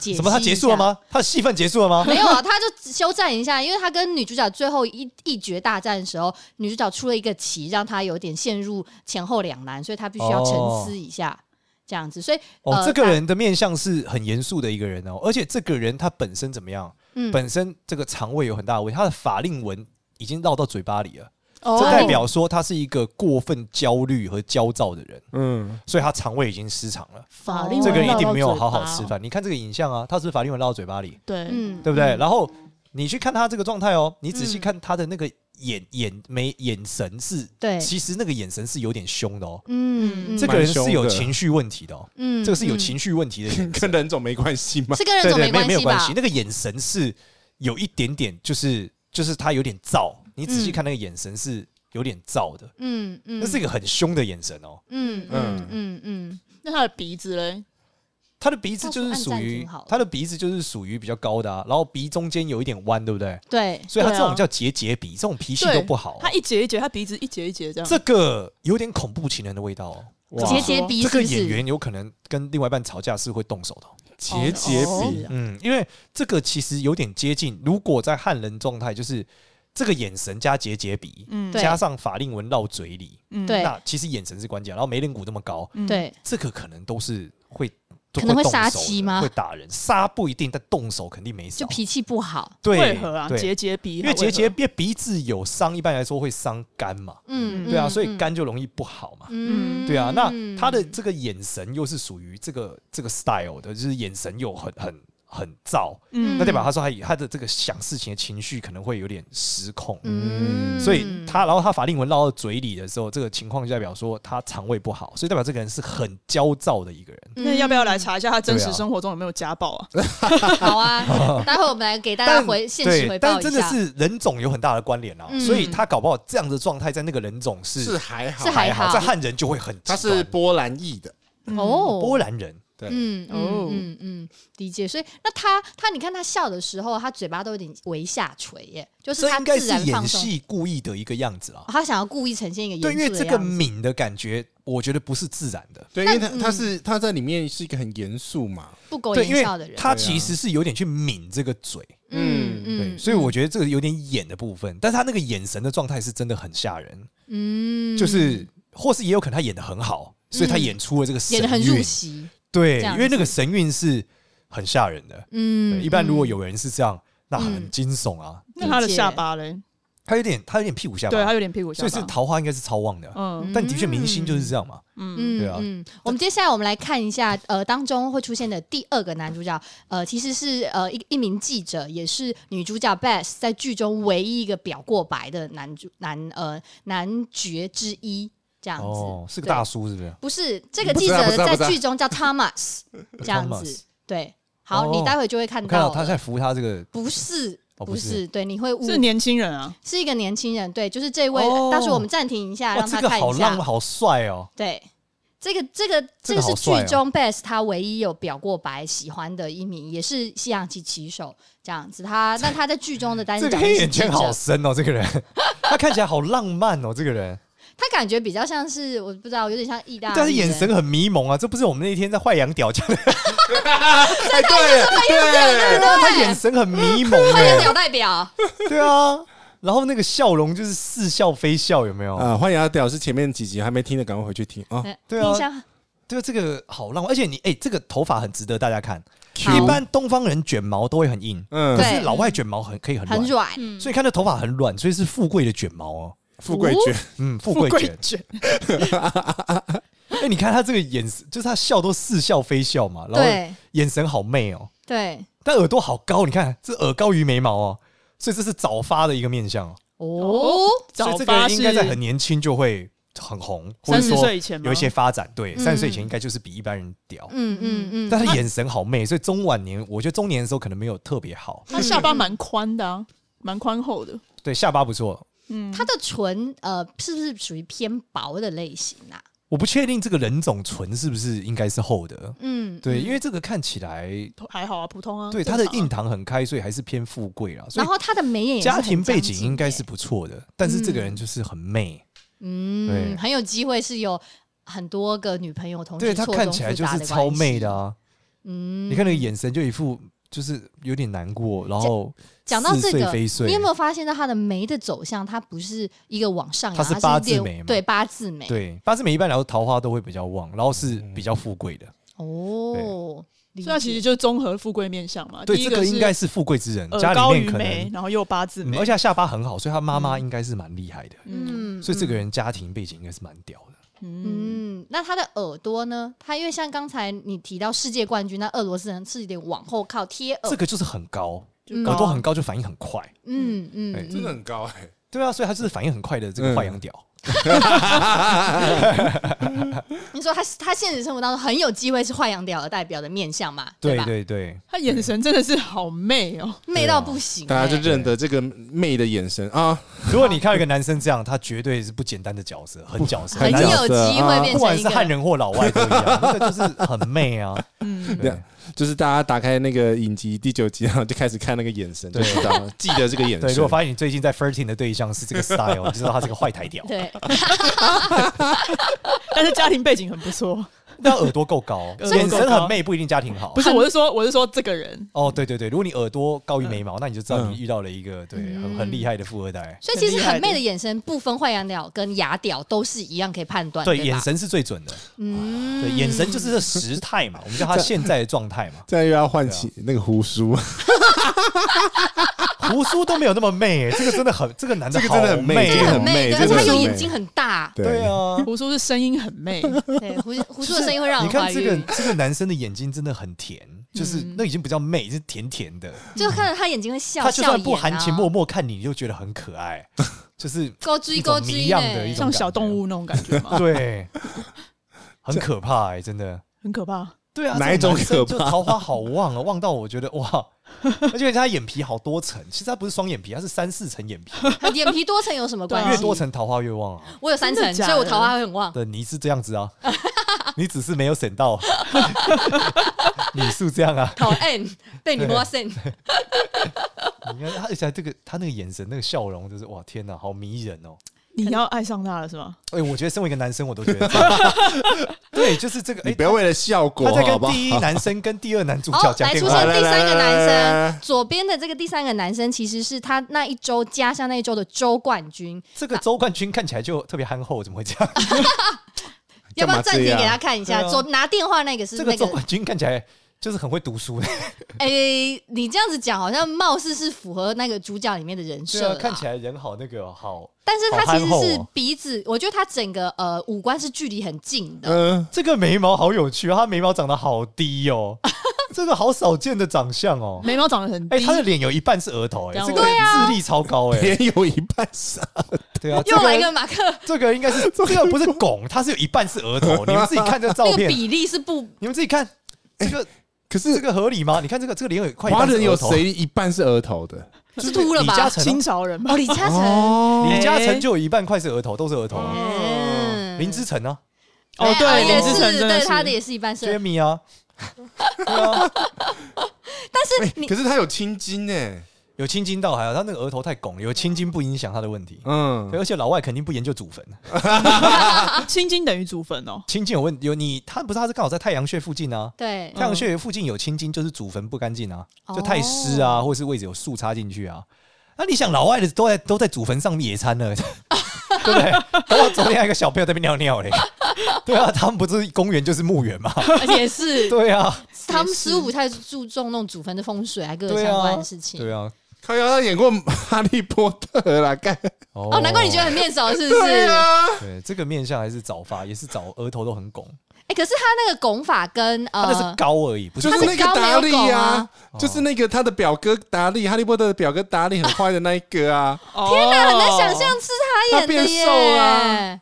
[SPEAKER 2] 解
[SPEAKER 3] 什么？他
[SPEAKER 2] 析一
[SPEAKER 3] 结束了
[SPEAKER 2] 下？
[SPEAKER 3] 吗？他的戏份结束 了 吗？
[SPEAKER 2] 没有啊，他就休战一下，因为他跟女主角最后一一决大战的时候，女主角出了一个棋，让他有点陷入前后两难，所以他必须要沉思一下，这样子。所以
[SPEAKER 3] 哦，
[SPEAKER 2] 呃
[SPEAKER 3] 这个人的面相是很严肃的一个人哦，而且这个人他本身怎么样？
[SPEAKER 2] 嗯
[SPEAKER 3] 本身这个肠胃有很大的问题，他的法令纹已经绕到嘴巴里了，
[SPEAKER 1] 哦
[SPEAKER 3] 这代表说他是一个过分焦虑和焦躁的人，
[SPEAKER 4] 嗯，
[SPEAKER 3] 所以他肠胃已经失常了。
[SPEAKER 1] 法
[SPEAKER 2] 哦
[SPEAKER 1] 令
[SPEAKER 3] 这个
[SPEAKER 1] 纹
[SPEAKER 3] 人一
[SPEAKER 1] 绕
[SPEAKER 3] 定
[SPEAKER 1] 到
[SPEAKER 3] 没有
[SPEAKER 1] 嘴巴
[SPEAKER 3] 好好吃饭。你看这个影像啊，他是不是法令纹绕到嘴巴里，
[SPEAKER 1] 对，
[SPEAKER 2] 嗯
[SPEAKER 3] 对不对？
[SPEAKER 2] 嗯
[SPEAKER 3] 然后你去看他这个状态哦，你仔细
[SPEAKER 1] 嗯
[SPEAKER 3] 看他的那个眼眼眉眼神是，
[SPEAKER 2] 对，
[SPEAKER 3] 其实那个眼神是有点凶的哦。
[SPEAKER 2] 哎嗯，嗯
[SPEAKER 3] 这个人
[SPEAKER 4] 蛮
[SPEAKER 3] 是
[SPEAKER 4] 凶
[SPEAKER 3] 有
[SPEAKER 4] 的
[SPEAKER 3] 情绪问题的哦，
[SPEAKER 2] 嗯
[SPEAKER 3] 这个是有，情绪问题的人。
[SPEAKER 4] 跟人种没关系吗
[SPEAKER 2] 嗯？是跟人
[SPEAKER 3] 对
[SPEAKER 2] 种
[SPEAKER 3] 对，没
[SPEAKER 2] 关
[SPEAKER 3] 没有关
[SPEAKER 2] 吧
[SPEAKER 3] 系。？那个眼神是有一点点，就是就是他有点燥。你仔细看那个眼神是有点燥的，
[SPEAKER 2] 嗯嗯，
[SPEAKER 3] 那是一个很凶的眼神哦。
[SPEAKER 2] 嗯嗯嗯嗯，
[SPEAKER 1] 那他的鼻子嘞？
[SPEAKER 3] 他的鼻子就是
[SPEAKER 2] 倒是
[SPEAKER 3] 属
[SPEAKER 2] 暗战
[SPEAKER 3] 于
[SPEAKER 2] 挺好的
[SPEAKER 3] 他的鼻子就是属于比较高的、啊，然后鼻中间有一点弯，对不对？
[SPEAKER 2] 对，啊
[SPEAKER 3] 所以他这
[SPEAKER 1] 对啊
[SPEAKER 3] 种叫结节鼻，这种脾气
[SPEAKER 1] 对
[SPEAKER 3] 都不好、
[SPEAKER 1] 他一节一节，他鼻子一节一节这样。
[SPEAKER 3] 哦这个有点恐怖情人的味道哦。
[SPEAKER 4] 哇
[SPEAKER 2] 节节鼻
[SPEAKER 3] 这
[SPEAKER 2] 是
[SPEAKER 3] 个
[SPEAKER 2] 不
[SPEAKER 3] 演
[SPEAKER 2] 是？
[SPEAKER 3] 员有可能跟另外一半吵架是会动手的哦、
[SPEAKER 4] 节节
[SPEAKER 1] 哦
[SPEAKER 4] 比，
[SPEAKER 2] 啊
[SPEAKER 3] 嗯，因为这个其实有点接近，如果在汉人状态，就是这个眼神加结节鼻，
[SPEAKER 1] 嗯
[SPEAKER 2] 对
[SPEAKER 3] 加上法令纹绕嘴里，
[SPEAKER 1] 嗯
[SPEAKER 2] 对
[SPEAKER 3] 那其实眼神是关键。啊然后眉棱骨这么高，
[SPEAKER 1] 嗯
[SPEAKER 2] 对，
[SPEAKER 3] 这个可能都是会都
[SPEAKER 2] 可能会
[SPEAKER 3] 动
[SPEAKER 2] 杀
[SPEAKER 3] 手
[SPEAKER 2] 妻
[SPEAKER 3] 的
[SPEAKER 2] 吗
[SPEAKER 3] 会打人，杀不一定，但动手肯定没少。
[SPEAKER 2] 就脾气不好，
[SPEAKER 3] 对
[SPEAKER 1] 为何啊？
[SPEAKER 3] 对
[SPEAKER 1] 结节鼻，
[SPEAKER 3] 因为结节
[SPEAKER 1] 何
[SPEAKER 3] 鼻鼻子有伤，一般来说会伤肝嘛，
[SPEAKER 2] 嗯，
[SPEAKER 3] 对啊，所以
[SPEAKER 2] 嗯，
[SPEAKER 3] 肝就容易不好嘛。
[SPEAKER 2] 嗯，
[SPEAKER 3] 对啊，那他的
[SPEAKER 2] 嗯
[SPEAKER 3] 这个眼神又是属于这个这个 style 的，就是眼神又很很很燥，
[SPEAKER 1] 嗯
[SPEAKER 3] 那代表他说他他的这个想事情的情绪可能会有点失控，
[SPEAKER 2] 嗯
[SPEAKER 3] 所以他然后他法令纹绕到嘴里的时候，这个情况就代表说他肠胃不好，所以代表这个人是很焦躁的一个人。
[SPEAKER 1] 嗯那要不要来查一下他真
[SPEAKER 3] 对
[SPEAKER 1] 实
[SPEAKER 3] 啊
[SPEAKER 1] 生活中有没有家暴啊？
[SPEAKER 2] 嗯好 啊？待会我们来给大家回现实回报
[SPEAKER 3] 对，但
[SPEAKER 2] 一
[SPEAKER 3] 真的
[SPEAKER 2] 下，
[SPEAKER 3] 是人种有很大的关联啊，
[SPEAKER 2] 嗯
[SPEAKER 3] 所以他搞不好这样的状态在那个人种是
[SPEAKER 4] 是还好
[SPEAKER 2] 是，还好
[SPEAKER 3] 在汉人就会很极
[SPEAKER 4] 他
[SPEAKER 3] 端
[SPEAKER 4] 是波兰裔的，
[SPEAKER 2] 哦，
[SPEAKER 3] 波兰人，
[SPEAKER 2] 嗯
[SPEAKER 3] 哦
[SPEAKER 2] 嗯嗯嗯，理解。所以那他他，你看他笑的时候，他嘴巴都有点微下垂耶，就是
[SPEAKER 3] 这
[SPEAKER 2] 他
[SPEAKER 3] 应该
[SPEAKER 2] 自
[SPEAKER 3] 是
[SPEAKER 2] 然
[SPEAKER 3] 演
[SPEAKER 2] 放松，
[SPEAKER 3] 戏故意的一个样子啊
[SPEAKER 2] 哦。他想要故意呈现一个
[SPEAKER 3] 对，因为
[SPEAKER 2] 严肃
[SPEAKER 3] 这
[SPEAKER 2] 的
[SPEAKER 3] 个
[SPEAKER 2] 样子。
[SPEAKER 3] 敏的感觉，我觉得不是自然的。
[SPEAKER 4] 对，因为他
[SPEAKER 2] 但嗯
[SPEAKER 4] 他是他在里面是一个很严肃嘛，
[SPEAKER 2] 不苟
[SPEAKER 3] 对，因
[SPEAKER 2] 言
[SPEAKER 3] 为
[SPEAKER 2] 笑的人，
[SPEAKER 3] 他
[SPEAKER 4] 啊
[SPEAKER 3] 其实是有点去抿这个嘴，
[SPEAKER 2] 嗯
[SPEAKER 3] 对，
[SPEAKER 2] 嗯，
[SPEAKER 3] 所以我觉得这个有点演的部分，但是他那个眼神的状态是真的很吓人，
[SPEAKER 2] 嗯
[SPEAKER 3] 就是或是也有可能他演的很好，所以他演出了这个神
[SPEAKER 2] 演的很入
[SPEAKER 3] 韵，
[SPEAKER 2] 戏，
[SPEAKER 3] 对，
[SPEAKER 2] 这样
[SPEAKER 3] 因
[SPEAKER 2] 子
[SPEAKER 3] 为那个神韵是很吓人的。对
[SPEAKER 2] 嗯，
[SPEAKER 3] 一般如果
[SPEAKER 2] 有
[SPEAKER 3] 有人是这样，那很
[SPEAKER 2] 嗯
[SPEAKER 3] 惊悚啊，
[SPEAKER 1] 那他的下巴嘞？
[SPEAKER 3] 他有点他有点屁股下巴，
[SPEAKER 1] 对他有点屁股下
[SPEAKER 3] 所
[SPEAKER 1] 巴，
[SPEAKER 3] 以是桃花应该是超旺的，
[SPEAKER 1] 嗯
[SPEAKER 3] 但的确明星就是这样嘛，
[SPEAKER 1] 嗯
[SPEAKER 2] 嗯
[SPEAKER 3] 对啊
[SPEAKER 2] 嗯，我们接下来我们来看一下，呃，当中会出现的第二个男主角，呃，其实是呃一一名记者，也是女主角 Bess 在剧中唯一一个表过白的男主男呃男角之一，嗯这样子。
[SPEAKER 3] 哦，是个
[SPEAKER 2] 对
[SPEAKER 3] 大叔是不是？
[SPEAKER 2] 不是这个
[SPEAKER 4] 不
[SPEAKER 2] 记
[SPEAKER 4] 知道不
[SPEAKER 3] 啊
[SPEAKER 2] 者
[SPEAKER 4] 知道
[SPEAKER 2] 在
[SPEAKER 4] 不知道
[SPEAKER 2] 剧中叫 Thomas，这样子嗯
[SPEAKER 3] Thomas。
[SPEAKER 2] 对，好，
[SPEAKER 3] 哦
[SPEAKER 2] 你待会就会看
[SPEAKER 3] 我看
[SPEAKER 2] 到了。
[SPEAKER 3] 到他在扶他这个
[SPEAKER 2] 不是
[SPEAKER 3] 哦
[SPEAKER 2] 不
[SPEAKER 3] 不是
[SPEAKER 2] 是，对，你会误
[SPEAKER 1] 是年轻人啊，
[SPEAKER 2] 是一个年轻人，对，就是这位
[SPEAKER 3] 哦。
[SPEAKER 2] 到时候我们暂停一下，
[SPEAKER 3] 哇，
[SPEAKER 2] 让
[SPEAKER 3] 这
[SPEAKER 2] 他
[SPEAKER 3] 个
[SPEAKER 2] 看
[SPEAKER 3] 好
[SPEAKER 2] 一下
[SPEAKER 3] 浪。好帅哦，
[SPEAKER 2] 对，这个这个这
[SPEAKER 3] 这
[SPEAKER 2] 个
[SPEAKER 3] 个
[SPEAKER 2] 是
[SPEAKER 3] 好
[SPEAKER 2] 剧
[SPEAKER 3] 帅哦
[SPEAKER 2] 中 Bess 他唯一有表过白喜欢的一名，也是西洋棋棋手这样子。他那他在剧中的单
[SPEAKER 3] 这
[SPEAKER 2] 角
[SPEAKER 3] 个
[SPEAKER 2] 色
[SPEAKER 3] 黑
[SPEAKER 2] 是
[SPEAKER 3] 眼
[SPEAKER 2] 记者
[SPEAKER 3] 圈，好深哦，这个人 他看起来好浪漫哦，这个人，
[SPEAKER 2] 他感觉比较像是我不知道，有点像意大利人，
[SPEAKER 3] 但是眼神很迷蒙啊，这不是我们那天在坏羊屌讲的，
[SPEAKER 4] 哎，对
[SPEAKER 2] 对
[SPEAKER 4] 对，
[SPEAKER 3] 他眼神很迷蒙
[SPEAKER 2] 有
[SPEAKER 3] 哎、
[SPEAKER 2] 点代表。
[SPEAKER 3] 对啊，然后那个笑容就是似笑非笑，有没有？
[SPEAKER 4] 啊，欢迎阿屌是前面几集还没听的，赶快回去听
[SPEAKER 2] 嗯
[SPEAKER 4] 啊。
[SPEAKER 3] 对啊
[SPEAKER 2] 印象
[SPEAKER 3] 对，这个好浪漫，而且你哎、这个头发很值得大家看，
[SPEAKER 2] 好
[SPEAKER 3] 一般东方人卷毛都会很硬，
[SPEAKER 4] 嗯
[SPEAKER 3] 可，是
[SPEAKER 2] 对
[SPEAKER 3] 老外卷毛很可以很
[SPEAKER 2] 很
[SPEAKER 3] 软，
[SPEAKER 2] 软，
[SPEAKER 1] 嗯
[SPEAKER 3] 所以看这头发很软，所以是富贵的卷毛哦，
[SPEAKER 4] 富贵
[SPEAKER 2] 哦
[SPEAKER 4] 卷，
[SPEAKER 3] 嗯，富
[SPEAKER 1] 富
[SPEAKER 3] 贵
[SPEAKER 1] 贵
[SPEAKER 3] 卷，
[SPEAKER 1] 卷，
[SPEAKER 3] 哎，你看他这个眼神，就是他笑都似笑非笑嘛，然后
[SPEAKER 2] 对
[SPEAKER 3] 眼神好媚哦，
[SPEAKER 2] 对，
[SPEAKER 3] 但耳朵好高，你看这耳高于眉毛哦，所以这是早发的一个面相哦，
[SPEAKER 2] 哦，
[SPEAKER 3] 所
[SPEAKER 1] 早
[SPEAKER 3] 以这个
[SPEAKER 1] 发
[SPEAKER 3] 人应该在很
[SPEAKER 1] 是
[SPEAKER 3] 年轻就会很红，或者
[SPEAKER 1] 三十
[SPEAKER 3] 说
[SPEAKER 1] 岁以前吗
[SPEAKER 3] 有一些发展，对，
[SPEAKER 2] 嗯
[SPEAKER 3] 三十岁以前应该就是比一般人屌，
[SPEAKER 2] 嗯嗯嗯，
[SPEAKER 3] 但他眼神好媚，所以中晚年我觉得中年的时候可能没有特别好，
[SPEAKER 1] 他下巴蛮宽的啊，蛮宽厚的。
[SPEAKER 3] 对，下巴不错，
[SPEAKER 1] 嗯，
[SPEAKER 2] 他的唇呃是不是属于偏薄的类型啊？
[SPEAKER 3] 我不确定这个人种唇是不是应该是厚的，
[SPEAKER 2] 嗯，
[SPEAKER 3] 对，
[SPEAKER 2] 嗯
[SPEAKER 3] 因为这个看起来，
[SPEAKER 1] 还好啊，普通啊。
[SPEAKER 3] 对他
[SPEAKER 1] 正
[SPEAKER 3] 的
[SPEAKER 1] 常啊
[SPEAKER 3] 印堂很开，所以还是偏富贵啦。所
[SPEAKER 2] 然
[SPEAKER 3] 以
[SPEAKER 2] 后他的眉眼也是
[SPEAKER 3] 家
[SPEAKER 2] 很
[SPEAKER 3] 庭背
[SPEAKER 2] 张
[SPEAKER 3] 景
[SPEAKER 2] 紧
[SPEAKER 3] 应该
[SPEAKER 2] 耶
[SPEAKER 3] 是不错的，但是这个人就是很媚，对
[SPEAKER 2] 嗯，很有机会是有很多个女朋友同
[SPEAKER 3] 对
[SPEAKER 2] 时
[SPEAKER 3] 他
[SPEAKER 2] 错
[SPEAKER 3] 看
[SPEAKER 2] 综
[SPEAKER 3] 起来
[SPEAKER 2] 复
[SPEAKER 3] 就
[SPEAKER 2] 杂
[SPEAKER 3] 是
[SPEAKER 2] 的
[SPEAKER 3] 超
[SPEAKER 2] 关
[SPEAKER 3] 媚
[SPEAKER 2] 系
[SPEAKER 3] 的。啊！
[SPEAKER 2] 嗯，
[SPEAKER 3] 你看那个眼神就一副就是有点难过，然后
[SPEAKER 2] 讲到
[SPEAKER 3] 似
[SPEAKER 2] 这
[SPEAKER 3] 睡
[SPEAKER 2] 个，
[SPEAKER 3] 非睡
[SPEAKER 2] 你有没有发现到他的眉的走向？它不是一个往上扬，
[SPEAKER 3] 它是八字
[SPEAKER 2] 裂
[SPEAKER 3] 眉嘛
[SPEAKER 2] 对八字眉。
[SPEAKER 3] 对，八字眉一般来说桃花都会比较旺，然后是比较富贵的，
[SPEAKER 2] 呃哦，理
[SPEAKER 1] 所以他其
[SPEAKER 2] 解
[SPEAKER 1] 实就是综合富贵面相嘛。
[SPEAKER 3] 对，
[SPEAKER 1] 第一
[SPEAKER 3] 这个
[SPEAKER 1] 是
[SPEAKER 3] 应该是富贵之人，家
[SPEAKER 1] 耳高
[SPEAKER 3] 里
[SPEAKER 1] 于
[SPEAKER 3] 面可
[SPEAKER 1] 眉，
[SPEAKER 3] 能，嗯
[SPEAKER 1] 然后又八字眉，
[SPEAKER 3] 嗯而且他下巴很好，所以他妈妈应该是蛮厉害的，
[SPEAKER 1] 嗯
[SPEAKER 2] 嗯
[SPEAKER 3] 所以这个人家庭背景应该是蛮屌的。
[SPEAKER 1] 嗯，
[SPEAKER 2] 嗯，那他的耳朵呢？他因为像刚才你提到世界冠军，那俄罗斯人是有点往后靠贴耳，
[SPEAKER 3] 这个就是很高，
[SPEAKER 1] 就
[SPEAKER 2] 嗯
[SPEAKER 1] 高
[SPEAKER 3] 耳朵很高就反应很快。
[SPEAKER 2] 嗯嗯
[SPEAKER 3] 哎
[SPEAKER 4] 真的
[SPEAKER 2] 嗯，
[SPEAKER 4] 很高哎、
[SPEAKER 3] 对啊，所以他就是反应很快的这个
[SPEAKER 4] 嗯
[SPEAKER 3] 坏羊屌。
[SPEAKER 2] 你说他他现实生活当中很有机会是坏羊屌的代表的面相嘛，
[SPEAKER 3] 对
[SPEAKER 2] 吧？
[SPEAKER 3] 对对，
[SPEAKER 1] 他眼神真的是好媚哦。
[SPEAKER 2] 媚到不行、
[SPEAKER 4] 大家就
[SPEAKER 2] 哎
[SPEAKER 4] 认得这个媚的眼神啊，
[SPEAKER 3] 如果你看到一个男生这样，他绝对是不简单的角色，很角色，
[SPEAKER 2] 很
[SPEAKER 3] 难啊
[SPEAKER 2] 有机会变
[SPEAKER 3] 不管
[SPEAKER 2] 成一
[SPEAKER 3] 是
[SPEAKER 2] 个
[SPEAKER 3] 汉人或老外都一样，那个就是很媚 啊。
[SPEAKER 1] 嗯，
[SPEAKER 3] 对
[SPEAKER 4] 就是大家打开那个影集第九集，然后就开始看那个眼神，就
[SPEAKER 3] 对
[SPEAKER 4] 知道了，记得这个眼
[SPEAKER 3] 对，
[SPEAKER 4] 神。
[SPEAKER 3] 如果发现你最近在 flirting 的对象是这个 style，你就知道他是个 坏台屌。
[SPEAKER 2] 对，
[SPEAKER 1] 但是家庭背景很不错。
[SPEAKER 3] 但耳朵够高，
[SPEAKER 1] 朵够
[SPEAKER 3] 眼神很媚，不一定家庭好
[SPEAKER 1] 不。是，我是说，我是说这个人，
[SPEAKER 3] 哦，对对对，如果你耳朵高于眉毛，那你就知道
[SPEAKER 4] 嗯
[SPEAKER 3] 你遇到了一个对很很厉害的富二代。
[SPEAKER 2] 所以其实
[SPEAKER 1] 很厉害
[SPEAKER 2] 很媚
[SPEAKER 1] 的
[SPEAKER 2] 的眼神不分坏羊屌跟牙屌都是一样可以判断，
[SPEAKER 3] 对，
[SPEAKER 2] 吧
[SPEAKER 3] 眼，神是最准的。
[SPEAKER 2] 嗯
[SPEAKER 3] 对，眼神就是这时态嘛，我们叫他现在的状态 嘛。
[SPEAKER 4] 这样又要唤起那个胡须，
[SPEAKER 3] 胡须都没有那么媚、欸，这个真的很，这个男的
[SPEAKER 4] 这个真的很媚
[SPEAKER 3] 媚
[SPEAKER 2] 真的
[SPEAKER 3] 哦、
[SPEAKER 2] 很媚的，而且
[SPEAKER 4] 真的
[SPEAKER 2] 他
[SPEAKER 4] 很媚
[SPEAKER 2] 有眼睛很 大，
[SPEAKER 3] 对啊。
[SPEAKER 1] 胡叔是声音很 媚，
[SPEAKER 2] 对，胡胡叔的声音会让
[SPEAKER 3] 你
[SPEAKER 2] 人
[SPEAKER 3] 看
[SPEAKER 2] 怀
[SPEAKER 3] 这个
[SPEAKER 2] 孕，
[SPEAKER 3] 这个男生的眼睛真的很甜，就是那已经不叫媚，是甜甜的。
[SPEAKER 2] 就看着他眼睛会笑，
[SPEAKER 3] 他就算
[SPEAKER 2] 笑
[SPEAKER 3] 不
[SPEAKER 2] 眼
[SPEAKER 3] 含
[SPEAKER 2] 啊
[SPEAKER 3] 情脉脉看你，你就觉得很可爱， 就是
[SPEAKER 2] 勾追
[SPEAKER 3] 一种
[SPEAKER 2] 勾追
[SPEAKER 3] 迷样的一种
[SPEAKER 1] 像小动物那种感觉嘛，
[SPEAKER 3] 对，很可怕哎、真的。
[SPEAKER 1] 很可怕。
[SPEAKER 3] 对啊，
[SPEAKER 4] 哪一种
[SPEAKER 3] 这个男生就
[SPEAKER 4] 可怕
[SPEAKER 3] 桃花好旺啊，旺到我觉得哇，而且他眼皮好多层，其实他不是双眼皮，他是三四层眼 皮，
[SPEAKER 2] 眼皮多层有什么关系？
[SPEAKER 3] 越多，层桃花越 旺啊。
[SPEAKER 2] 我有三层，
[SPEAKER 1] 真的假
[SPEAKER 2] 所
[SPEAKER 1] 的
[SPEAKER 2] 以我桃花会很 旺。
[SPEAKER 3] 对，你是这样子啊，你只是没有省 到，你是这样啊。
[SPEAKER 2] 讨厌被你摸肾，
[SPEAKER 3] 你看他，而且他这个他那个眼神、那个笑容，就是哇天哪，好迷人哦！
[SPEAKER 1] 你要爱上他了是吗？
[SPEAKER 3] 哎、我觉得身为一个男生，我都觉得这 样，对，就是这个，哎、
[SPEAKER 4] 你不要为了效果
[SPEAKER 3] 他在
[SPEAKER 4] 好不
[SPEAKER 3] 跟
[SPEAKER 4] 好？
[SPEAKER 3] 第一男生跟第二男主角
[SPEAKER 2] 好，哦
[SPEAKER 3] 讲
[SPEAKER 2] 来
[SPEAKER 3] 电
[SPEAKER 2] 出
[SPEAKER 3] 话
[SPEAKER 2] 现，第三个男
[SPEAKER 4] 来来来来
[SPEAKER 2] 生
[SPEAKER 4] 来，
[SPEAKER 2] 左边的这个第三个男生其实是他那一周加上那一周的周冠军，
[SPEAKER 3] 这个周冠军看起来就特别憨厚，怎么会这样？
[SPEAKER 2] 嗯要
[SPEAKER 4] 干
[SPEAKER 2] 不
[SPEAKER 4] 嘛
[SPEAKER 2] 要暂停
[SPEAKER 4] 这样
[SPEAKER 2] 给他看一下？
[SPEAKER 3] 对啊
[SPEAKER 2] 左拿电话那个是
[SPEAKER 3] 这
[SPEAKER 2] 那
[SPEAKER 3] 个周
[SPEAKER 2] 个，
[SPEAKER 3] 冠军看起来就是很会 读书啊的，
[SPEAKER 2] 哎，你这样子讲好像貌似是符合那个主角里面的人
[SPEAKER 3] 对
[SPEAKER 2] 设
[SPEAKER 3] 啊，
[SPEAKER 2] 啦，
[SPEAKER 3] 看起来人好那个好。
[SPEAKER 2] 但是他
[SPEAKER 3] 好憨
[SPEAKER 2] 其实
[SPEAKER 3] 厚
[SPEAKER 2] 是
[SPEAKER 3] 哦
[SPEAKER 2] 鼻子，我觉得他整个呃五官是距离很近
[SPEAKER 3] 呃
[SPEAKER 2] 的，
[SPEAKER 4] 嗯，
[SPEAKER 3] 这个眉毛好有趣，他眉毛长得好 低哦，这个好少见的长相哦。
[SPEAKER 1] 眉毛长得很
[SPEAKER 3] 哎、
[SPEAKER 1] 低，啊
[SPEAKER 3] 他的脸有一半是额头、
[SPEAKER 1] 这
[SPEAKER 3] 哎，
[SPEAKER 1] 样
[SPEAKER 3] 这个
[SPEAKER 1] 对
[SPEAKER 3] 智力超高、哎、
[SPEAKER 4] 脸有一半是
[SPEAKER 3] 对啊，这
[SPEAKER 2] 啊又来一个
[SPEAKER 3] 个
[SPEAKER 2] 马克，
[SPEAKER 3] 这个应该 是这个不是拱，它是有一半是额头，你们自己看这个照
[SPEAKER 2] 那个
[SPEAKER 3] 片，
[SPEAKER 2] 比例是不
[SPEAKER 3] 你们自己看这个
[SPEAKER 4] 可
[SPEAKER 3] 这
[SPEAKER 4] 是
[SPEAKER 3] 个合理吗？你看这个这个脸有快一
[SPEAKER 4] 华
[SPEAKER 3] 半是
[SPEAKER 4] 人有
[SPEAKER 3] 额头，
[SPEAKER 4] 谁一半是额头的？
[SPEAKER 2] 是秃了
[SPEAKER 3] 李嘉
[SPEAKER 2] 吧？
[SPEAKER 3] 诚
[SPEAKER 1] 清
[SPEAKER 3] 啊，
[SPEAKER 1] 朝人嘛，
[SPEAKER 2] 哦，李嘉诚。
[SPEAKER 4] 哦
[SPEAKER 3] 李嘉诚就有一半快是额头，都是额头啊。
[SPEAKER 2] 嗯
[SPEAKER 3] 林之晨啊
[SPEAKER 1] 哦
[SPEAKER 2] 哎
[SPEAKER 1] 对，
[SPEAKER 2] 也
[SPEAKER 1] 林志成
[SPEAKER 2] 是，
[SPEAKER 1] 真的
[SPEAKER 2] 对
[SPEAKER 1] 是
[SPEAKER 2] 他的也是一半是，
[SPEAKER 3] ，Jamie 啊，对啊，
[SPEAKER 2] 但
[SPEAKER 4] 哎
[SPEAKER 2] 是你
[SPEAKER 4] 可是他有青筋哎，
[SPEAKER 3] 有青筋倒还好，他那个额头太拱了，有青筋不影响他的问题。
[SPEAKER 4] 嗯
[SPEAKER 3] 对，而且老外肯定不研究祖坟，
[SPEAKER 1] 啊青筋等于祖坟哦。
[SPEAKER 3] 青筋有问有你，他不是他是刚好在太阳穴附近啊，
[SPEAKER 2] 对
[SPEAKER 3] 太阳穴附近有青筋就是祖坟不干净啊，
[SPEAKER 2] 嗯哦
[SPEAKER 3] 就太湿啊，或是位置有树插进去啊。那你想老外的都在都在祖坟上野餐了，对不 对？然后昨天还有一个小朋友在那边尿尿嘞，对啊，他们不是公园就是墓园嘛，
[SPEAKER 2] 而且 是
[SPEAKER 3] 对啊，
[SPEAKER 2] 他们十五太注重那种祖坟的风水啊，各个
[SPEAKER 3] 对啊
[SPEAKER 2] 相关的事情。
[SPEAKER 3] 对啊，
[SPEAKER 4] 靠腰他演过《哈利波特》啦， 干
[SPEAKER 2] 哦，难怪你觉得很面熟，是不是？
[SPEAKER 4] 对啊，
[SPEAKER 3] 对这个面相还是早发，也是早额头都很拱，
[SPEAKER 2] 哎、可是他那个拱法跟
[SPEAKER 3] 他那是
[SPEAKER 2] 呃，
[SPEAKER 3] 高而已，不是
[SPEAKER 4] 就是那个达利
[SPEAKER 2] 他是高没有狗
[SPEAKER 4] 啊
[SPEAKER 2] 啊，
[SPEAKER 3] 哦
[SPEAKER 4] 就是那个他的表哥达利，《哈利波特》的表哥达利很坏的那一个啊，
[SPEAKER 1] 天
[SPEAKER 2] 那很难想象是哦他演的
[SPEAKER 4] 他变瘦
[SPEAKER 2] 耶！
[SPEAKER 4] 啊